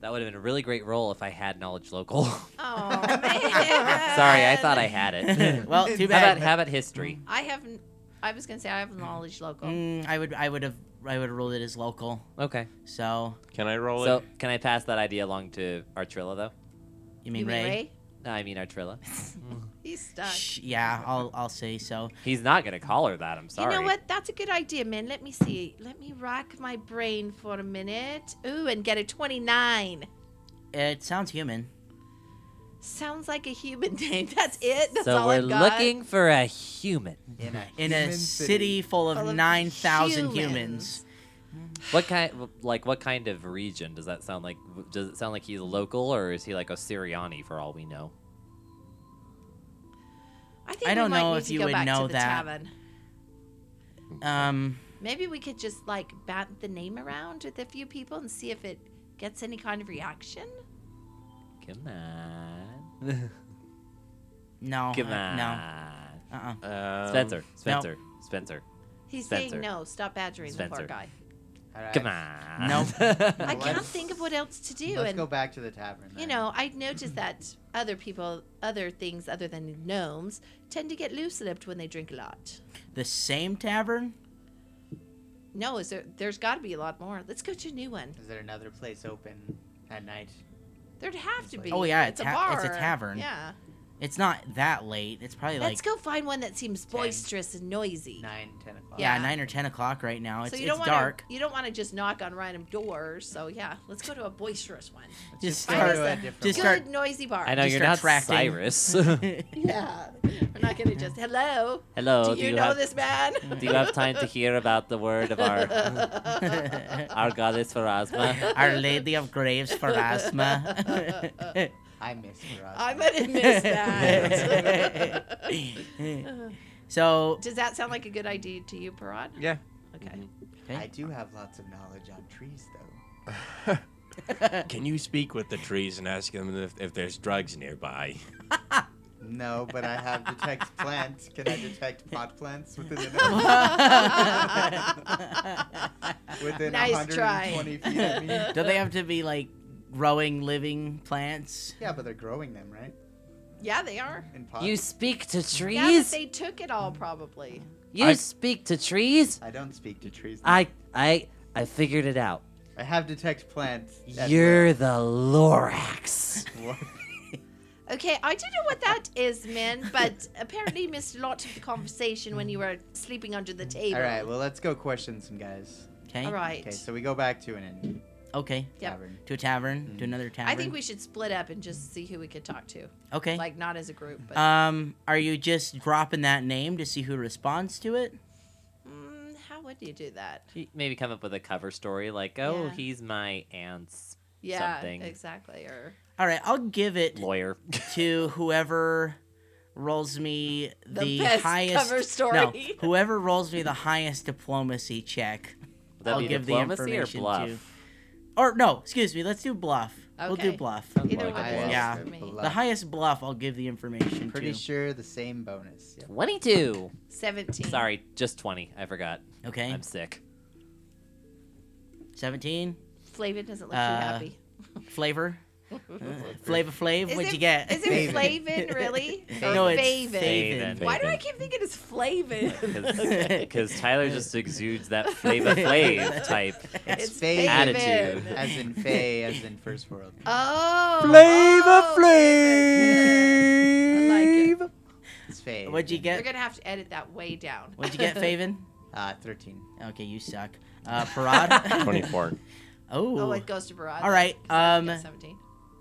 [SPEAKER 3] That would have been a really great roll if I had knowledge local.
[SPEAKER 7] Oh
[SPEAKER 3] Sorry, I thought I had it.
[SPEAKER 1] well,
[SPEAKER 3] How
[SPEAKER 1] too
[SPEAKER 3] about,
[SPEAKER 1] bad.
[SPEAKER 3] how about history?
[SPEAKER 7] I haven't. I was gonna say I have knowledge local.
[SPEAKER 1] Mm, I would I would have I would have ruled it as local.
[SPEAKER 3] Okay.
[SPEAKER 1] So
[SPEAKER 4] Can I roll
[SPEAKER 3] So
[SPEAKER 4] it?
[SPEAKER 3] can I pass that idea along to Artrilla though?
[SPEAKER 1] you mean, Ray?
[SPEAKER 3] No, I mean Artrilla.
[SPEAKER 7] He's stuck.
[SPEAKER 1] Sh- yeah, I'll I'll say so.
[SPEAKER 3] He's not gonna call her that. I'm sorry.
[SPEAKER 7] You know what? That's a good idea, man. Let me see. Let me rack my brain for a minute. Ooh, and get a 29.
[SPEAKER 1] It sounds human.
[SPEAKER 7] Sounds like a human name. That's it. That's
[SPEAKER 3] so
[SPEAKER 7] all
[SPEAKER 3] we're
[SPEAKER 7] I've got.
[SPEAKER 3] looking for a human.
[SPEAKER 6] in a,
[SPEAKER 1] In a
[SPEAKER 6] human
[SPEAKER 1] city full
[SPEAKER 7] Full
[SPEAKER 1] of
[SPEAKER 7] of
[SPEAKER 1] nine thousand humans.
[SPEAKER 7] humans.
[SPEAKER 3] What kind? Like what kind of region does that sound like? Does it sound like he's local, or is he like a Siriani for all we know?
[SPEAKER 7] I think
[SPEAKER 1] I
[SPEAKER 7] we
[SPEAKER 1] don't
[SPEAKER 7] might
[SPEAKER 1] know
[SPEAKER 7] need
[SPEAKER 1] if
[SPEAKER 7] to
[SPEAKER 1] you
[SPEAKER 7] go
[SPEAKER 1] would
[SPEAKER 7] back
[SPEAKER 1] know
[SPEAKER 7] to the
[SPEAKER 1] that.
[SPEAKER 7] Tavern.
[SPEAKER 1] Um,
[SPEAKER 7] Maybe we could just like bat the name around with a few people and see if it gets any kind of reaction.
[SPEAKER 3] Come on.
[SPEAKER 1] no,
[SPEAKER 3] Come
[SPEAKER 1] uh,
[SPEAKER 3] on.
[SPEAKER 1] no, uh-uh.
[SPEAKER 4] Um,
[SPEAKER 3] Spencer. Spencer. Spencer.
[SPEAKER 7] He's
[SPEAKER 3] Spencer.
[SPEAKER 7] saying no. Stop badgering the
[SPEAKER 3] Spencer.
[SPEAKER 7] poor guy.
[SPEAKER 6] Alright,
[SPEAKER 3] Come on.
[SPEAKER 7] I
[SPEAKER 6] Well,
[SPEAKER 7] can't
[SPEAKER 6] let's-
[SPEAKER 7] think of what else to do.
[SPEAKER 6] Let's
[SPEAKER 7] and
[SPEAKER 6] go back to the tavern.
[SPEAKER 7] You
[SPEAKER 6] then.
[SPEAKER 7] know, I noticed that other people, other things other than gnomes, tend to get loose-lipped when they drink a lot.
[SPEAKER 1] The same tavern?
[SPEAKER 7] No, is there? There's got to be a lot more. Let's go to a new one.
[SPEAKER 6] Is there another place open at night?
[SPEAKER 7] There'd have to be.
[SPEAKER 1] Oh, yeah,
[SPEAKER 7] it's
[SPEAKER 1] a
[SPEAKER 7] a
[SPEAKER 1] ta-
[SPEAKER 7] bar.
[SPEAKER 1] it's a tavern.
[SPEAKER 7] Yeah.
[SPEAKER 1] It's not that late. It's probably like
[SPEAKER 7] Let's go find one that seems boisterous and noisy.
[SPEAKER 6] Nine, ten o'clock.
[SPEAKER 1] yeah,
[SPEAKER 7] yeah.
[SPEAKER 1] nine or ten o'clock right now. It's,
[SPEAKER 7] so you
[SPEAKER 1] it's
[SPEAKER 7] don't want
[SPEAKER 1] dark.
[SPEAKER 7] to. You don't want to just knock on random doors. So yeah, let's go to a boisterous one.
[SPEAKER 1] Just
[SPEAKER 7] find
[SPEAKER 1] start.
[SPEAKER 7] us a
[SPEAKER 1] Just
[SPEAKER 7] good
[SPEAKER 1] start-
[SPEAKER 7] noisy bar.
[SPEAKER 3] I know
[SPEAKER 1] Just
[SPEAKER 3] you're not
[SPEAKER 1] start tracking.
[SPEAKER 3] Cyrus.
[SPEAKER 7] Yeah. We're not gonna just hello.
[SPEAKER 3] Hello.
[SPEAKER 7] do
[SPEAKER 3] Oh,
[SPEAKER 7] you,
[SPEAKER 3] you
[SPEAKER 7] know
[SPEAKER 3] have
[SPEAKER 7] this man?
[SPEAKER 3] Do you have time to hear about the word of our our goddess Pharasma?
[SPEAKER 1] Our Lady of Graves for asthma.
[SPEAKER 6] I miss Garage.
[SPEAKER 7] I might have missed that.
[SPEAKER 1] so
[SPEAKER 7] Does that sound like a good idea to you, Parad?
[SPEAKER 4] Yeah.
[SPEAKER 7] Okay.
[SPEAKER 6] I do have lots of knowledge on trees, though.
[SPEAKER 9] Can you speak with the trees and ask them if, if there's drugs nearby?
[SPEAKER 6] No, but I have detect plants. Can I detect pot plants within the within
[SPEAKER 7] Nice
[SPEAKER 6] 120 feet of me?
[SPEAKER 1] do they have to be like growing living plants?
[SPEAKER 6] Yeah, but they're growing them, right?
[SPEAKER 7] Yeah, they are.
[SPEAKER 6] In pots.
[SPEAKER 3] You speak to
[SPEAKER 7] Yeah, but
[SPEAKER 3] trees.
[SPEAKER 7] they took it all probably.
[SPEAKER 3] you
[SPEAKER 4] I-
[SPEAKER 3] speak to trees.
[SPEAKER 6] I don't speak to trees. though.
[SPEAKER 3] I I I figured it out.
[SPEAKER 6] I have detect plants. as
[SPEAKER 3] You're the Lorax.
[SPEAKER 6] well.
[SPEAKER 7] Okay, I don't know what that is, man, but apparently you missed a lot of the conversation when you were sleeping under the table.
[SPEAKER 6] All right, well, let's go question some guys.
[SPEAKER 1] Okay.
[SPEAKER 7] All right.
[SPEAKER 6] Okay, so we go back to an inn
[SPEAKER 1] Okay.
[SPEAKER 7] Yep.
[SPEAKER 6] tavern.
[SPEAKER 1] To a tavern. To another tavern.
[SPEAKER 7] I think we should split up and just see who we could talk to.
[SPEAKER 1] Okay.
[SPEAKER 7] Like not as a group, but
[SPEAKER 1] um, are you just dropping that name to see who responds to it?
[SPEAKER 7] mm, how would you do that?
[SPEAKER 3] Maybe come up with a cover story like, "Oh,
[SPEAKER 7] Yeah.
[SPEAKER 3] he's my aunt's
[SPEAKER 7] Yeah,
[SPEAKER 3] Something.
[SPEAKER 7] exactly. Or
[SPEAKER 1] All right, I'll give it
[SPEAKER 3] lawyer."
[SPEAKER 1] to whoever rolls me the,
[SPEAKER 7] The best
[SPEAKER 1] highest
[SPEAKER 7] cover story.
[SPEAKER 1] No, whoever rolls me the highest diplomacy check.
[SPEAKER 3] Would that
[SPEAKER 1] I'll
[SPEAKER 3] be
[SPEAKER 1] give the
[SPEAKER 3] diplomacy or
[SPEAKER 1] information to-
[SPEAKER 3] bluff?
[SPEAKER 1] Or no, excuse me, let's do bluff. We'll do
[SPEAKER 7] Okay.
[SPEAKER 1] bluff.
[SPEAKER 3] Sounds
[SPEAKER 7] either
[SPEAKER 3] like a
[SPEAKER 7] one
[SPEAKER 6] I
[SPEAKER 3] bluff.
[SPEAKER 7] works
[SPEAKER 1] Yeah.
[SPEAKER 7] for me.
[SPEAKER 6] Bluff.
[SPEAKER 1] The highest bluff I'll give the information
[SPEAKER 6] Pretty
[SPEAKER 1] to.
[SPEAKER 6] sure the same bonus. Yep.
[SPEAKER 3] Twenty-two.
[SPEAKER 7] Seventeen.
[SPEAKER 3] Sorry, just twenty. I forgot.
[SPEAKER 1] Okay.
[SPEAKER 3] I'm sick.
[SPEAKER 1] 17
[SPEAKER 7] Flavin doesn't look
[SPEAKER 1] Uh,
[SPEAKER 7] too happy.
[SPEAKER 1] flavor. Uh, flavor Flav,
[SPEAKER 7] Is
[SPEAKER 1] what'd
[SPEAKER 7] it-
[SPEAKER 1] you get?
[SPEAKER 7] Is it Flavin really? Or
[SPEAKER 1] no, it's
[SPEAKER 7] Favin?
[SPEAKER 1] Favin.
[SPEAKER 7] Why do I keep thinking it's Flavin?
[SPEAKER 3] Because Tyler just exudes that flavor flav type.
[SPEAKER 6] It's,
[SPEAKER 7] It's
[SPEAKER 6] fave
[SPEAKER 3] Attitude.
[SPEAKER 7] Flavin.
[SPEAKER 6] as in fay, as in first world.
[SPEAKER 7] Oh. Flavor Flav. I like it.
[SPEAKER 6] It's fave.
[SPEAKER 1] What'd you
[SPEAKER 7] You're
[SPEAKER 1] get?
[SPEAKER 7] gonna have to edit that way down.
[SPEAKER 1] What'd you get, Favin?
[SPEAKER 6] Uh, 13.
[SPEAKER 1] Okay, you suck. Uh, Parad.
[SPEAKER 9] 24.
[SPEAKER 1] oh.
[SPEAKER 7] Oh, it goes to Barad.
[SPEAKER 1] All right. Um,
[SPEAKER 7] Seventeen.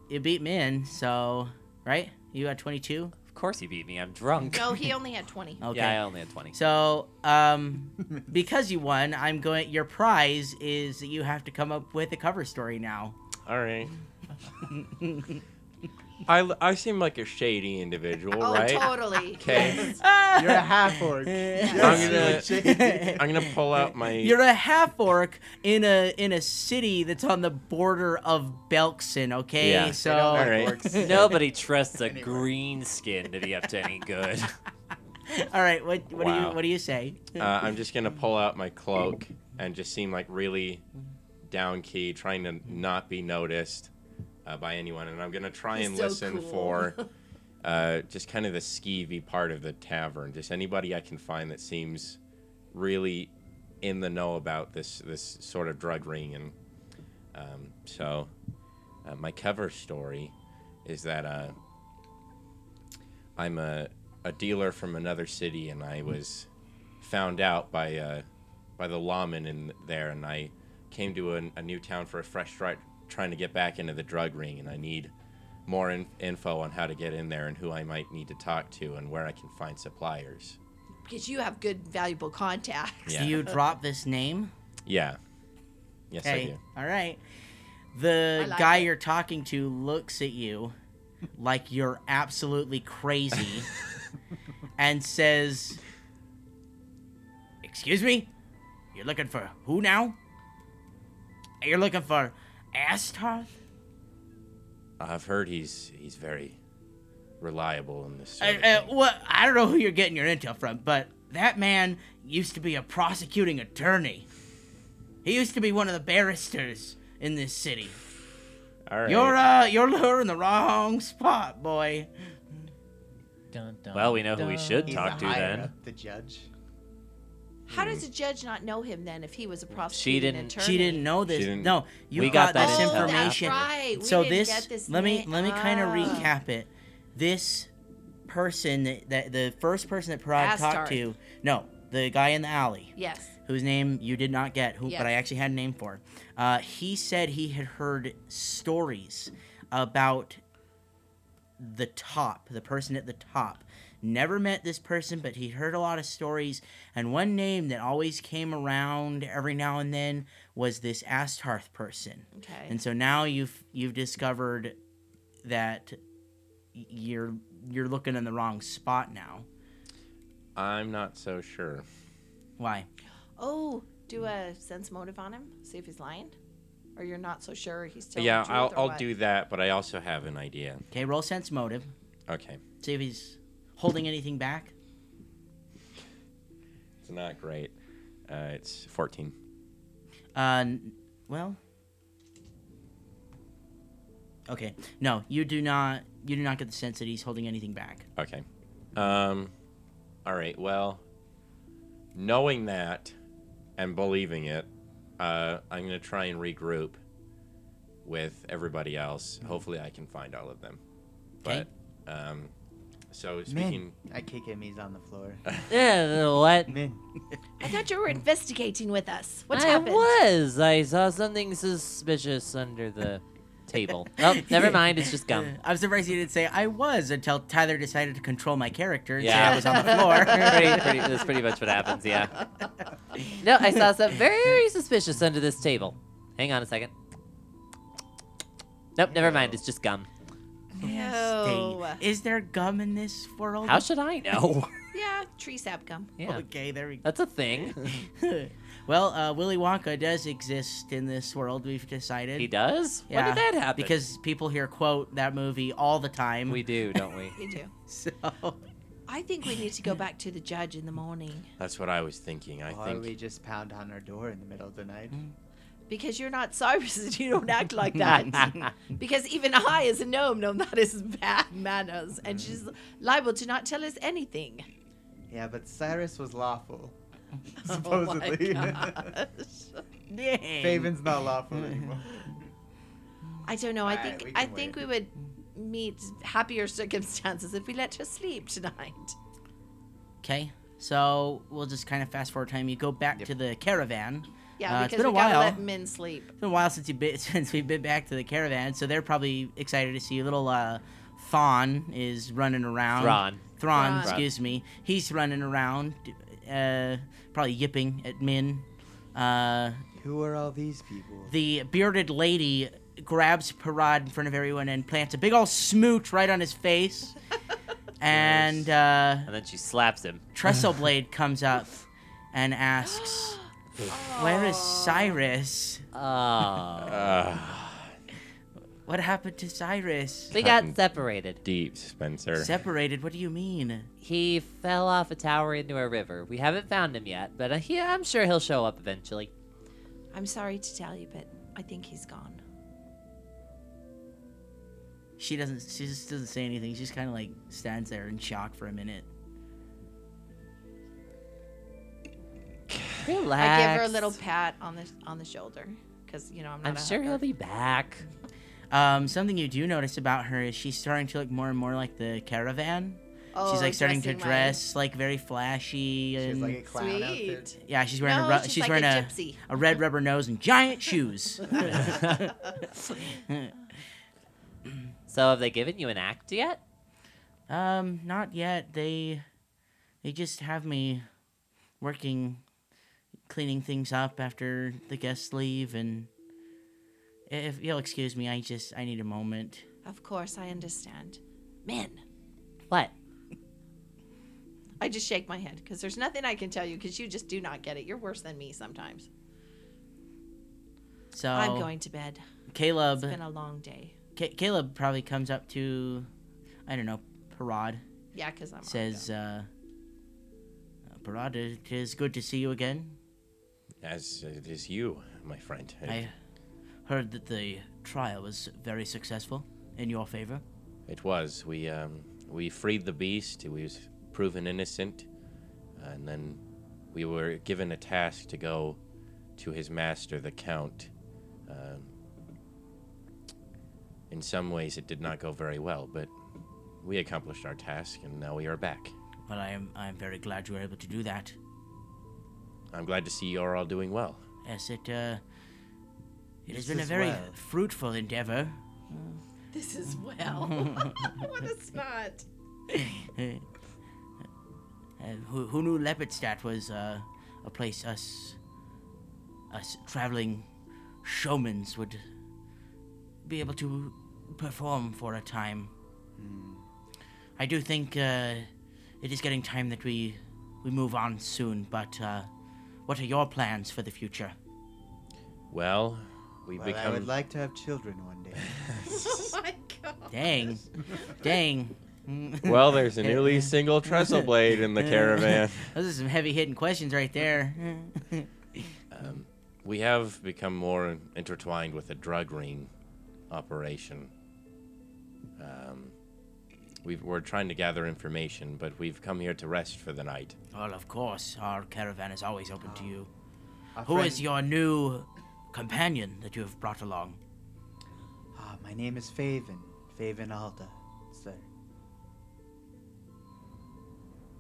[SPEAKER 1] you beat me in, so right? You had 22.
[SPEAKER 3] Of course he beat me. I'm drunk.
[SPEAKER 7] No, he only had twenty.
[SPEAKER 1] Okay.
[SPEAKER 3] Yeah, I only had twenty.
[SPEAKER 1] So, um, because you won, I'm going. Your prize is that you have to come up with a cover story now.
[SPEAKER 4] All right.
[SPEAKER 1] okay.
[SPEAKER 4] I, I seem like a shady individual,
[SPEAKER 7] Oh,
[SPEAKER 4] right?
[SPEAKER 7] totally.
[SPEAKER 4] Okay.
[SPEAKER 6] You're a half orc.
[SPEAKER 4] I'm gonna-
[SPEAKER 1] gonna.
[SPEAKER 4] I'm gonna pull out my.
[SPEAKER 1] You're a half orc in a in a city that's on the border of Belkson. Okay,
[SPEAKER 3] Yeah.
[SPEAKER 1] so
[SPEAKER 4] All right.
[SPEAKER 3] Nobody trusts a green skin to be up to any good.
[SPEAKER 1] all right, what what do
[SPEAKER 4] Wow.
[SPEAKER 1] you what do you say?
[SPEAKER 4] Uh, I'm just gonna pull out my cloak and just seem like really down key, trying to not be noticed uh, by anyone. And I'm gonna try
[SPEAKER 7] He's
[SPEAKER 4] and
[SPEAKER 7] so
[SPEAKER 4] listen
[SPEAKER 7] cool.
[SPEAKER 4] for uh, just kind of the skeevy part of the tavern, just anybody I can find that seems really in the know about this this sort of drug ring, and um, so uh, my cover story is that uh, I'm a a dealer from another city, and I was found out by uh, by the lawman in there, and I came to a, a new town for a fresh start, trying to get back into the drug ring, and I need more in- info on how to get in there and who I might need to talk to and where I can find suppliers.
[SPEAKER 7] Because you have good, valuable contacts.
[SPEAKER 4] Yeah.
[SPEAKER 1] Do you drop this name?
[SPEAKER 4] Yeah. Yes, I
[SPEAKER 1] Okay.
[SPEAKER 4] do.
[SPEAKER 1] All right. The
[SPEAKER 7] I like
[SPEAKER 1] guy
[SPEAKER 7] it.
[SPEAKER 1] you're talking to looks at you like you're absolutely crazy and says, Excuse me? You're looking for who now? You're looking for Astarth?
[SPEAKER 4] I've heard he's he's very reliable in this.
[SPEAKER 1] Uh,
[SPEAKER 4] Sort of
[SPEAKER 1] uh,
[SPEAKER 4] thing.
[SPEAKER 1] well, I don't know who you're getting your intel from, but that man used to be a prosecuting attorney. He used to be one of the barristers in this city.
[SPEAKER 4] All right.
[SPEAKER 1] You're uh, you're luring in the wrong spot, boy.
[SPEAKER 12] Dun, dun,
[SPEAKER 3] Well, we know who we should
[SPEAKER 6] He's the
[SPEAKER 3] talk to
[SPEAKER 6] higher
[SPEAKER 3] then.
[SPEAKER 6] up, the judge.
[SPEAKER 7] How does a judge not know him then if he was a prosecuting
[SPEAKER 3] She didn't-
[SPEAKER 7] attorney?
[SPEAKER 1] She didn't know this.
[SPEAKER 4] She didn't-
[SPEAKER 1] No, you
[SPEAKER 3] We
[SPEAKER 1] got,
[SPEAKER 3] got
[SPEAKER 1] this
[SPEAKER 3] that intel.
[SPEAKER 7] Oh, that's
[SPEAKER 1] information.
[SPEAKER 7] right. We
[SPEAKER 1] so
[SPEAKER 7] didn't
[SPEAKER 1] this,
[SPEAKER 7] get this
[SPEAKER 1] let me
[SPEAKER 7] na-
[SPEAKER 1] let me kind of
[SPEAKER 7] Ah.
[SPEAKER 1] recap it. This person that, that the first person that Parag talked
[SPEAKER 7] Astarth.
[SPEAKER 1] to, no, the guy in the alley
[SPEAKER 7] Yes.
[SPEAKER 1] whose name you did not get, who, but I
[SPEAKER 7] Yes.
[SPEAKER 1] actually had a name for. Uh, he said he had heard stories about the top, the person at the top. Never met this person, but he heard a lot of stories. And one name that always came around every now and then was this Astarth person.
[SPEAKER 7] Okay.
[SPEAKER 1] And so now you've you've discovered that y- you're you're looking in the wrong spot now.
[SPEAKER 4] I'm not so sure.
[SPEAKER 1] Why?
[SPEAKER 7] Oh, do a sense motive on him. See if he's lying, or you're not so sure he's telling
[SPEAKER 4] yeah,
[SPEAKER 7] the truth
[SPEAKER 4] I'll
[SPEAKER 7] or
[SPEAKER 4] I'll
[SPEAKER 7] what.
[SPEAKER 4] do that, but I also have an idea.
[SPEAKER 1] Okay, roll sense motive.
[SPEAKER 4] Okay.
[SPEAKER 1] See if he's holding anything back.
[SPEAKER 4] It's not great. Uh, it's 14.
[SPEAKER 1] Uh, n- well. Okay. No, you do not. You do not get the sense that he's holding anything back.
[SPEAKER 4] Okay. Um, all right. Well, knowing that and believing it, uh, I'm going to try and regroup with everybody else. Hopefully, I can find all of them.
[SPEAKER 1] Okay.
[SPEAKER 4] But, um, so
[SPEAKER 6] Min.
[SPEAKER 4] speaking.
[SPEAKER 6] I kick him. He's on the floor.
[SPEAKER 3] Yeah, what?
[SPEAKER 6] Min.
[SPEAKER 7] I thought you were investigating with us. What's
[SPEAKER 3] I
[SPEAKER 7] happened?
[SPEAKER 3] was. I saw something suspicious under the table. Oh, never mind. It's just gum.
[SPEAKER 1] I'm surprised you didn't say I was until Tyler decided to control my character and
[SPEAKER 3] Yeah.
[SPEAKER 1] yeah. say I was on the floor.
[SPEAKER 3] pretty, pretty, that's pretty much what happens. Yeah. No, I saw something very suspicious under this table. Hang on a second. Nope, never mind. It's just gum.
[SPEAKER 7] No.
[SPEAKER 1] Dang. Is there gum in this world?
[SPEAKER 3] How should I know?
[SPEAKER 7] Yeah, tree sap gum.
[SPEAKER 3] Yeah,
[SPEAKER 1] Okay, there we go.
[SPEAKER 3] that's a thing.
[SPEAKER 1] well, uh, Willy Wonka does exist in this world. We've decided.
[SPEAKER 3] He does.
[SPEAKER 1] Yeah,
[SPEAKER 3] when did that happen?
[SPEAKER 1] Because people here quote that movie all the time.
[SPEAKER 3] we do, don't we?
[SPEAKER 7] You do.
[SPEAKER 1] so
[SPEAKER 7] I think we need to go back to the judge in the morning
[SPEAKER 4] That's what I was thinking. I
[SPEAKER 6] or
[SPEAKER 4] think.
[SPEAKER 6] we just pound on her door in the middle of the night.
[SPEAKER 7] because you're not Cyrus and you don't act like that. because even I, as a gnome, know that is bad manners, and
[SPEAKER 1] Mm.
[SPEAKER 7] she's liable to not tell us anything.
[SPEAKER 6] Yeah, but Cyrus was lawful.
[SPEAKER 7] Oh
[SPEAKER 6] Supposedly.
[SPEAKER 7] my gosh.
[SPEAKER 1] Dang.
[SPEAKER 6] Faven's not lawful anymore.
[SPEAKER 7] I don't know.
[SPEAKER 6] All
[SPEAKER 7] I
[SPEAKER 6] right,
[SPEAKER 7] think
[SPEAKER 6] we
[SPEAKER 7] I
[SPEAKER 6] can
[SPEAKER 7] think
[SPEAKER 6] wait.
[SPEAKER 7] we would meet happier circumstances if we let her sleep tonight.
[SPEAKER 1] Okay, so we'll just kind of fast forward time. You go back to the caravan.
[SPEAKER 7] Yeah,
[SPEAKER 1] Uh, it's
[SPEAKER 7] because
[SPEAKER 1] been
[SPEAKER 7] we
[SPEAKER 1] a
[SPEAKER 7] gotta
[SPEAKER 1] while.
[SPEAKER 7] let men sleep.
[SPEAKER 1] It's been a while since you been, since we've been back to the caravan, so they're probably excited to see you. Little uh, Thon is running around.
[SPEAKER 3] Thrawn.
[SPEAKER 1] Thrawn,
[SPEAKER 7] Thrawn.
[SPEAKER 1] excuse me. He's running around, uh, probably yipping at Min. Uh,
[SPEAKER 6] Who are all these people?
[SPEAKER 1] the bearded lady grabs Parad in front of everyone and plants a big old smooch right on his face. and uh,
[SPEAKER 3] And then she slaps him.
[SPEAKER 7] Mm.
[SPEAKER 1] Trestleblade comes up and asks, Where is Cyrus?
[SPEAKER 3] Oh.
[SPEAKER 4] Ah,
[SPEAKER 1] What happened to Cyrus?
[SPEAKER 3] we got separated.
[SPEAKER 4] deep, Spencer.
[SPEAKER 1] Separated? What do you mean?
[SPEAKER 3] He fell off a tower into a river. We haven't found him yet, but uh, he, I'm sure he'll show up eventually.
[SPEAKER 7] I'm sorry to tell you, but I think he's gone.
[SPEAKER 1] She doesn't, she just doesn't say anything. She just kind of like stands there in shock for a minute. Relax.
[SPEAKER 7] I give her a little pat on the on the shoulder because you know I'm not.
[SPEAKER 3] I'm
[SPEAKER 7] a
[SPEAKER 3] sure he'll
[SPEAKER 7] hugger.
[SPEAKER 3] be back.
[SPEAKER 1] Um, something you do notice about her is she's starting to look more and more like the caravan.
[SPEAKER 7] Oh,
[SPEAKER 1] she's like starting to
[SPEAKER 7] dressing my-
[SPEAKER 1] dress like very flashy and
[SPEAKER 6] She's like a clown outfit.
[SPEAKER 7] Sweet.
[SPEAKER 1] yeah, she's wearing
[SPEAKER 7] no,
[SPEAKER 1] a ru-
[SPEAKER 7] she's,
[SPEAKER 1] she's,
[SPEAKER 7] like
[SPEAKER 1] wearing
[SPEAKER 7] a
[SPEAKER 1] a,
[SPEAKER 7] gypsy.
[SPEAKER 1] a red rubber nose and giant shoes.
[SPEAKER 3] So have they given you an act yet?
[SPEAKER 1] um, not yet. They they just have me working cleaning things up after the guests leave and if you'll excuse me, I just I need a moment.
[SPEAKER 7] Of course, I understand.
[SPEAKER 3] Men. What?
[SPEAKER 7] I just shake my head because there's nothing I can tell you because you just do not get it. You're worse than me sometimes.
[SPEAKER 1] So
[SPEAKER 7] I'm going to bed.
[SPEAKER 1] Caleb
[SPEAKER 7] It's been a long day.
[SPEAKER 1] Ca Caleb probably comes up to, I don't know, Parad
[SPEAKER 7] Yeah, because I'm. on
[SPEAKER 1] says, uh, Parad, it is good to see you again.
[SPEAKER 4] As it is you, my friend.
[SPEAKER 1] I heard that the trial was very successful in your favor.
[SPEAKER 4] It was. We um, we freed the beast. He was proven innocent, and then we were given a task to go to his master, the count. Um, in some ways, it did not go very well, but we accomplished our task, and now we are back.
[SPEAKER 1] Well, I am, I am very glad you were able to do that.
[SPEAKER 4] I'm glad to see you are all doing well.
[SPEAKER 1] Yes, it, uh, it has
[SPEAKER 6] This
[SPEAKER 1] been a
[SPEAKER 6] is
[SPEAKER 1] very
[SPEAKER 6] well.
[SPEAKER 1] fruitful endeavor.
[SPEAKER 7] God. This is well. what a snot.
[SPEAKER 1] Uh, who, who knew Leopardstadt was uh, a place us us traveling showmans would be able to perform for a time.
[SPEAKER 13] Hmm.
[SPEAKER 1] I do think uh, it is getting time that we we move on soon. But uh, what are your plans for the future?
[SPEAKER 4] Well, we
[SPEAKER 6] Well, I
[SPEAKER 4] become.
[SPEAKER 6] would like to have children one day.
[SPEAKER 7] Oh my god.
[SPEAKER 1] Dang, dang.
[SPEAKER 13] Well, there's a newly single trestle blade in the caravan.
[SPEAKER 1] Those are some heavy hitting questions right there.
[SPEAKER 4] Um, we have become more intertwined with a drug ring operation. Um, we've, we're trying to gather information, but we've come here to rest for the night.
[SPEAKER 1] well, of course, our caravan is always open to you.
[SPEAKER 6] Our
[SPEAKER 1] Who is
[SPEAKER 6] friend-
[SPEAKER 1] your new companion that you have brought along?
[SPEAKER 6] Ah, my name is Faven. Faven Alda, sir.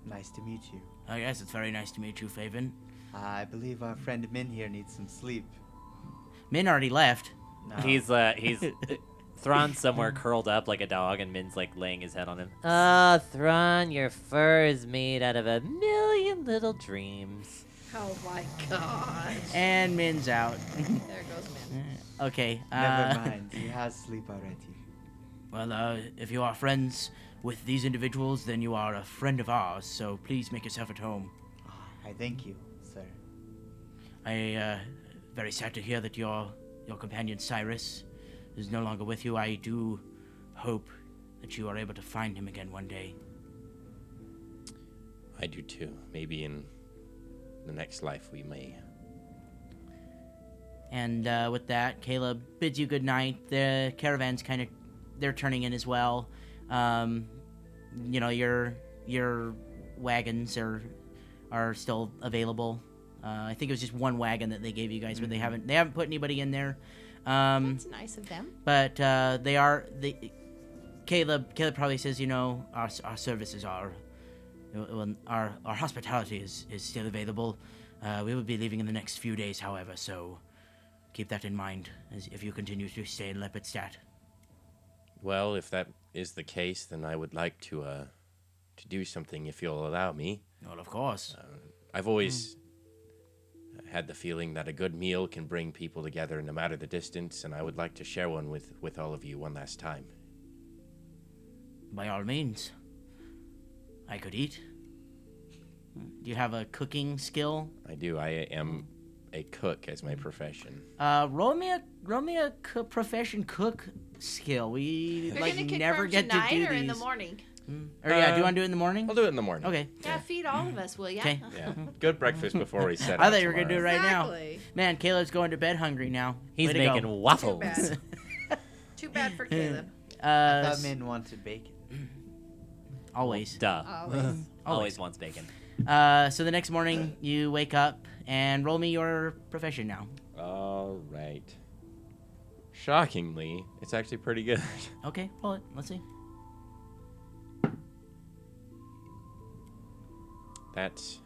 [SPEAKER 6] Nice to meet you. Ah,
[SPEAKER 1] Oh, yes, it's very nice to meet you, Faven.
[SPEAKER 6] I believe our friend Min here needs some sleep.
[SPEAKER 1] Min already left.
[SPEAKER 6] No.
[SPEAKER 3] He's uh he's Thrawn somewhere curled up like a dog, and Min's like laying his head on him. Ah, Thrawn, your fur is made out of a million little dreams.
[SPEAKER 14] Oh my god.
[SPEAKER 1] And Min's out.
[SPEAKER 14] There goes man.
[SPEAKER 1] okay.
[SPEAKER 6] Never
[SPEAKER 1] uh,
[SPEAKER 6] mind. He has sleep already.
[SPEAKER 1] Well, uh, if you are friends with these individuals, then you are a friend of ours, so please make yourself at home.
[SPEAKER 6] Ah, I thank you, sir.
[SPEAKER 1] I, uh, very sad to hear that your, your companion Cyrus is no longer with you. I do hope that you are able to find him again one day.
[SPEAKER 4] I do too. Maybe in the next life we may.
[SPEAKER 1] And uh, with that, Caleb bids you good night. The caravan's kind of they're turning in as well. Um, you know your your wagons are are still available. Uh, I think it was just one wagon that they gave you guys, but they haven't they haven't put anybody in there. Um,
[SPEAKER 7] It's nice of them.
[SPEAKER 1] but uh, they are the Caleb. Caleb probably says, you know, our, our services are, well, our our hospitality is is still available. Uh, we will be leaving in the next few days, however, so keep that in mind as if you continue to stay in Leopardstadt.
[SPEAKER 4] Well, if that is the case, then I would like to uh, to do something if you'll allow me.
[SPEAKER 1] Well, of course.
[SPEAKER 4] I've always had the feeling that a good meal can bring people together no matter the distance, and I would like to share one with, with all of you one last time.
[SPEAKER 1] By all means, I could eat. Do you have a cooking skill?
[SPEAKER 4] I do. I am a cook as my profession.
[SPEAKER 1] Uh, roll me a roll me a c- profession cook skill. We
[SPEAKER 7] You're
[SPEAKER 1] like
[SPEAKER 7] gonna confirm
[SPEAKER 1] never get to
[SPEAKER 7] tonight
[SPEAKER 1] do
[SPEAKER 7] or
[SPEAKER 1] these.
[SPEAKER 7] in the morning.
[SPEAKER 1] Mm. Or yeah, do you
[SPEAKER 4] Uh,
[SPEAKER 1] want to do it in the morning?
[SPEAKER 4] I'll do it in the morning.
[SPEAKER 1] Okay.
[SPEAKER 7] Yeah, feed all of us, will ya?
[SPEAKER 1] Okay.
[SPEAKER 4] Yeah. Good breakfast before we set
[SPEAKER 1] I
[SPEAKER 4] out
[SPEAKER 1] thought you were gonna do it
[SPEAKER 4] tomorrow.
[SPEAKER 1] right now.
[SPEAKER 14] exactly.
[SPEAKER 1] Man, Caleb's going to bed hungry now.
[SPEAKER 3] He's
[SPEAKER 1] Way to
[SPEAKER 3] making
[SPEAKER 1] go.
[SPEAKER 3] waffles.
[SPEAKER 14] bad. Too bad for Caleb.
[SPEAKER 1] Uh,
[SPEAKER 6] That
[SPEAKER 1] s-
[SPEAKER 6] man wanted bacon.
[SPEAKER 1] always,
[SPEAKER 3] Duh.
[SPEAKER 14] Always.
[SPEAKER 3] Always wants bacon.
[SPEAKER 1] Uh, so the next morning, you wake up and roll me your profession now.
[SPEAKER 9] All right. Shockingly, it's actually pretty good.
[SPEAKER 1] Okay, roll it. Let's see.
[SPEAKER 9] That's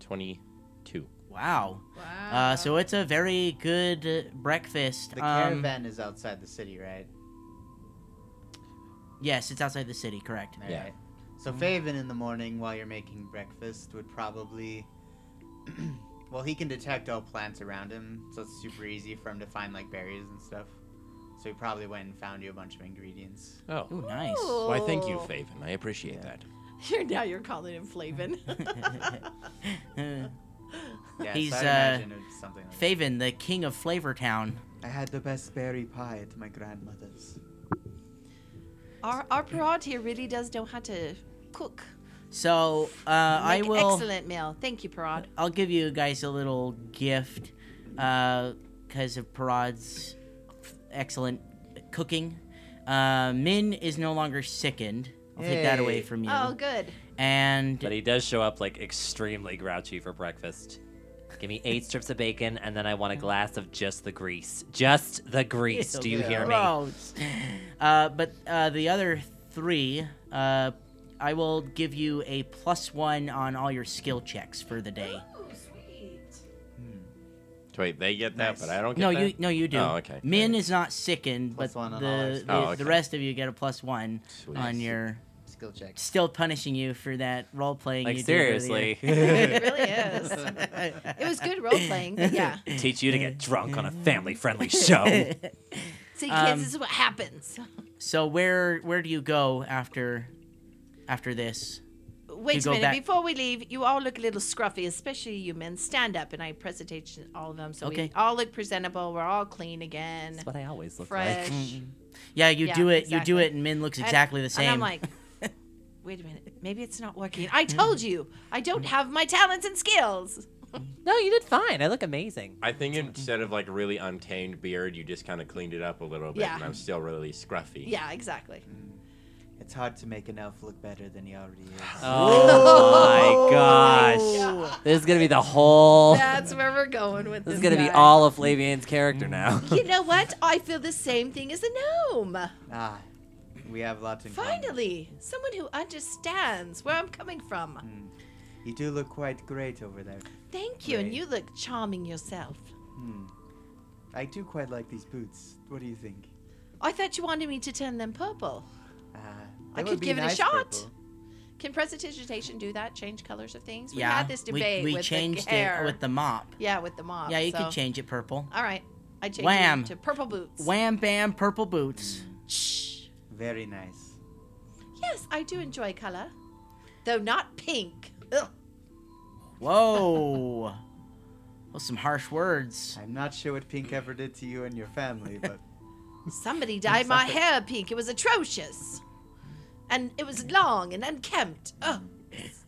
[SPEAKER 9] 22.
[SPEAKER 1] Wow.
[SPEAKER 7] Wow.
[SPEAKER 1] Uh, so it's a very good uh, breakfast.
[SPEAKER 6] The
[SPEAKER 1] Um,
[SPEAKER 6] caravan is outside the city, right?
[SPEAKER 1] Yes, it's outside the city. Correct.
[SPEAKER 9] Yeah.
[SPEAKER 6] Alright. So Faven in the morning while you're making breakfast would probably well he can detect all plants around him, so it's super easy for him to find like berries and stuff. So he probably went and found you a bunch of ingredients.
[SPEAKER 9] Oh.
[SPEAKER 1] Ooh, nice.
[SPEAKER 9] Why, thank you, Faven. I appreciate that.
[SPEAKER 7] You're, now you're calling him Flavin.
[SPEAKER 1] Uh,
[SPEAKER 6] Yeah,
[SPEAKER 1] He's,
[SPEAKER 6] so I
[SPEAKER 1] uh,
[SPEAKER 6] imagine it's something like
[SPEAKER 1] Faven, the king of Flavortown.
[SPEAKER 2] I had the best berry pie at my grandmother's.
[SPEAKER 7] our our Parad here really does know how to cook.
[SPEAKER 1] So uh, I
[SPEAKER 7] Make
[SPEAKER 1] will.
[SPEAKER 7] Excellent meal. Thank you, Parad.
[SPEAKER 1] I'll give you guys a little gift because of Parad's excellent cooking. Uh, Min is no longer sickened. I'll take that away
[SPEAKER 6] Hey.
[SPEAKER 1] from you.
[SPEAKER 7] Oh, good.
[SPEAKER 1] and
[SPEAKER 3] But he does show up like extremely grouchy for breakfast. Give me eight strips of bacon, and then I want a glass of just the grease. Just the grease. Do you hear me?
[SPEAKER 1] Gross. Uh, but uh, the other three, uh, I will give you a plus one on all your skill checks for the day.
[SPEAKER 9] Wait, they get that, but I don't get
[SPEAKER 1] No,
[SPEAKER 9] that?
[SPEAKER 1] you no you do.
[SPEAKER 9] Oh, okay.
[SPEAKER 1] Min is not sickened,
[SPEAKER 6] Plus
[SPEAKER 1] but
[SPEAKER 6] one on all our
[SPEAKER 1] the the,
[SPEAKER 9] skill Oh,
[SPEAKER 1] the
[SPEAKER 9] okay.
[SPEAKER 1] rest of you get a plus one
[SPEAKER 9] Sweet.
[SPEAKER 1] on your.
[SPEAKER 6] skill check.
[SPEAKER 1] Still punishing you for that role playing.
[SPEAKER 3] Like
[SPEAKER 1] you
[SPEAKER 3] seriously,
[SPEAKER 1] did earlier.
[SPEAKER 7] It really is. It was good role playing, but yeah.
[SPEAKER 3] teach you to get drunk on a family-friendly show.
[SPEAKER 7] See, kids,
[SPEAKER 1] Um,
[SPEAKER 7] this is what happens.
[SPEAKER 1] so where where do you go after after this?
[SPEAKER 7] Wait
[SPEAKER 1] go
[SPEAKER 7] a minute.
[SPEAKER 1] back-
[SPEAKER 7] Before we leave, you all look a little scruffy, especially you men. Stand up, and I presentation all of them, so we
[SPEAKER 1] Okay.
[SPEAKER 7] all look presentable. We're all clean again,
[SPEAKER 3] That's what I always look
[SPEAKER 7] fresh.
[SPEAKER 3] like.
[SPEAKER 1] Yeah, you
[SPEAKER 7] Yeah,
[SPEAKER 1] do it. You do
[SPEAKER 7] exactly.
[SPEAKER 1] it, and Min looks
[SPEAKER 7] And-
[SPEAKER 1] exactly the same.
[SPEAKER 7] And I'm like, wait a minute, maybe it's not working. I told you, I don't have my talents and skills.
[SPEAKER 3] No, you did fine. I look amazing.
[SPEAKER 9] I think instead of like really untamed beard, you just kind of cleaned it up a little bit,
[SPEAKER 7] Yeah.
[SPEAKER 9] and I'm still really scruffy.
[SPEAKER 7] Yeah, exactly.
[SPEAKER 6] It's hard to make an elf look better than he already is.
[SPEAKER 3] Oh my gosh! This is gonna be the whole.
[SPEAKER 7] That's where we're going with
[SPEAKER 3] This is
[SPEAKER 7] this.
[SPEAKER 3] gonna be
[SPEAKER 7] guy.
[SPEAKER 3] all of Flavian's character now.
[SPEAKER 7] You know what? I feel the same thing as a gnome.
[SPEAKER 6] Ah, we have lots in common.
[SPEAKER 7] Finally, someone who understands where I'm coming from.
[SPEAKER 6] Hmm. You do look quite great over there.
[SPEAKER 7] Thank you, and
[SPEAKER 6] Great.
[SPEAKER 7] you look charming yourself.
[SPEAKER 6] Hmm. I do quite like these boots. What do you think?
[SPEAKER 7] I thought you wanted me to turn them purple.
[SPEAKER 6] Ah,
[SPEAKER 7] I
[SPEAKER 6] that
[SPEAKER 7] could
[SPEAKER 6] would be
[SPEAKER 7] give it a
[SPEAKER 6] nice
[SPEAKER 7] shot.
[SPEAKER 6] purple.
[SPEAKER 7] Can prestidigitation do that? Change colors of things? We
[SPEAKER 1] yeah,
[SPEAKER 7] had this debate
[SPEAKER 1] we, we
[SPEAKER 7] with
[SPEAKER 1] changed
[SPEAKER 7] the hair.
[SPEAKER 1] it with the mop.
[SPEAKER 7] yeah, with the mop.
[SPEAKER 1] yeah, you
[SPEAKER 7] so.
[SPEAKER 1] could change it purple.
[SPEAKER 7] All right, I changed
[SPEAKER 1] Wham.
[SPEAKER 7] it to purple boots.
[SPEAKER 1] Wham bam, purple boots.
[SPEAKER 7] Shh.
[SPEAKER 6] Very nice.
[SPEAKER 7] Yes, I do enjoy color, though not pink. Ugh.
[SPEAKER 1] Whoa. Those some harsh words.
[SPEAKER 6] I'm not sure what pink ever did to you and your family, but
[SPEAKER 7] Somebody dyed my hair pink. It was atrocious, and it was long and unkempt. Ugh.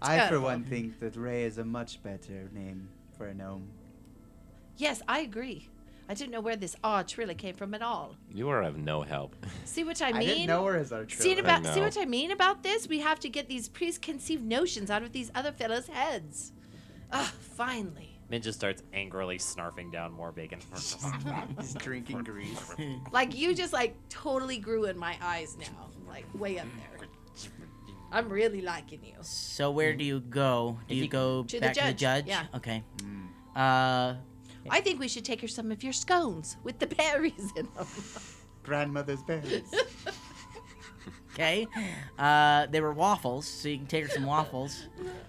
[SPEAKER 6] I, for one, think that Ray is a much better name for a gnome.
[SPEAKER 7] Yes, I agree. I didn't know where this arch really came from at all.
[SPEAKER 9] You are of no help.
[SPEAKER 7] See what I
[SPEAKER 6] I,
[SPEAKER 7] mean?
[SPEAKER 6] didn't know her as our
[SPEAKER 7] See,
[SPEAKER 6] trailer.
[SPEAKER 7] about, see
[SPEAKER 9] know.
[SPEAKER 7] what I mean about this? We have to get these preconceived notions out of these other fellas' heads. Ugh, finally.
[SPEAKER 3] Min just starts angrily snarfing down more bacon.
[SPEAKER 6] He's drinking grease.
[SPEAKER 7] Like, you just, like, totally grew in my eyes now. Like, way up there. I'm really liking you.
[SPEAKER 1] So where do you go? Do you go
[SPEAKER 7] To the
[SPEAKER 1] back to the judge?
[SPEAKER 7] judge, yeah.
[SPEAKER 1] Okay. Uh,
[SPEAKER 7] I think we should take her some of your scones with the berries in them.
[SPEAKER 6] Grandmother's berries.
[SPEAKER 1] okay. Uh, they were waffles, so you can take her some waffles.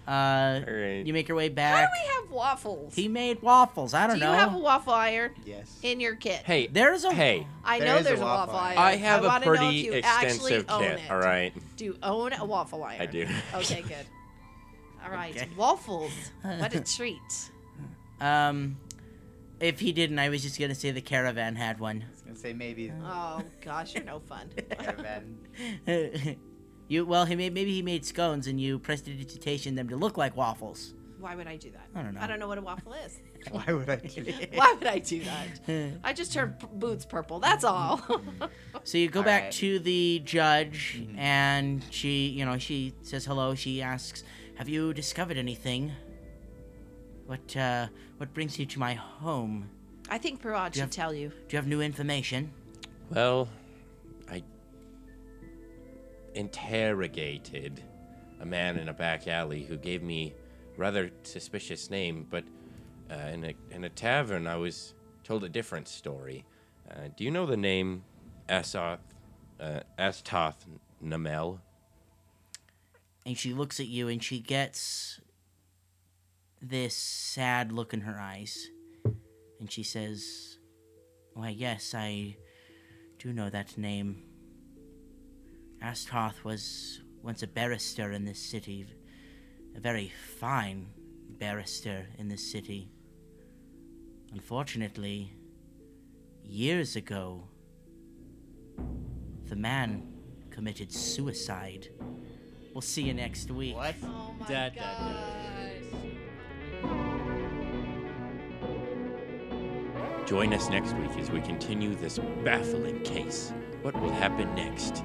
[SPEAKER 1] Uh,
[SPEAKER 9] All right.
[SPEAKER 1] you make your way
[SPEAKER 7] How do
[SPEAKER 1] back.
[SPEAKER 7] we have waffles?
[SPEAKER 1] He made waffles. I don't
[SPEAKER 7] do you
[SPEAKER 1] know.
[SPEAKER 7] have a waffle iron
[SPEAKER 6] Yes.
[SPEAKER 7] in your kit?
[SPEAKER 9] Hey,
[SPEAKER 1] There's a
[SPEAKER 9] hey,
[SPEAKER 7] I
[SPEAKER 6] There
[SPEAKER 7] know
[SPEAKER 6] is a
[SPEAKER 7] there's a
[SPEAKER 6] waffle
[SPEAKER 7] waffle,
[SPEAKER 6] iron.
[SPEAKER 7] iron.
[SPEAKER 9] I have a
[SPEAKER 7] wanna know if
[SPEAKER 9] pretty
[SPEAKER 7] you actually
[SPEAKER 9] extensive
[SPEAKER 7] own
[SPEAKER 9] kit.
[SPEAKER 7] it.
[SPEAKER 9] All right,
[SPEAKER 7] Do you own a waffle iron?
[SPEAKER 9] I do.
[SPEAKER 7] Okay, good. All right,
[SPEAKER 1] Okay.
[SPEAKER 7] waffles. What a treat.
[SPEAKER 1] Um, if he didn't, I was just gonna say the caravan had one.
[SPEAKER 6] I was gonna say maybe
[SPEAKER 7] Oh gosh, you're no fun.
[SPEAKER 6] caravan.
[SPEAKER 1] you well, he made maybe he made scones and you prestidigitation them to look like waffles.
[SPEAKER 7] Why would I do that?
[SPEAKER 1] I don't know.
[SPEAKER 7] I don't know what a waffle is.
[SPEAKER 6] Why would I do that?
[SPEAKER 7] Why would I do that? I just turned p- boots purple. That's all.
[SPEAKER 1] So you go
[SPEAKER 6] All
[SPEAKER 1] back
[SPEAKER 6] right. Mm-hmm.
[SPEAKER 1] to the judge, and she, you know, she says hello. She asks Have you discovered anything? What uh, what brings you to my home?
[SPEAKER 7] I think Parad
[SPEAKER 1] Yeah.
[SPEAKER 7] should tell you.
[SPEAKER 1] Do you have new information?
[SPEAKER 4] Well, I interrogated a man in a back alley who gave me rather suspicious name, but uh, in a in a tavern I was told a different story. Uh, do you know the name Asoth uh, Astoth Namel?
[SPEAKER 1] And she looks at you and she gets this sad look in her eyes. And she says, Why, yes, I do know that name. Astarth was once a barrister in this city, a very fine barrister in this city. Unfortunately, years ago, the man committed suicide. We'll see you next week.
[SPEAKER 6] What?
[SPEAKER 7] Oh my
[SPEAKER 15] Da, da, da.
[SPEAKER 4] Join us next week as we continue this baffling case. What will happen next?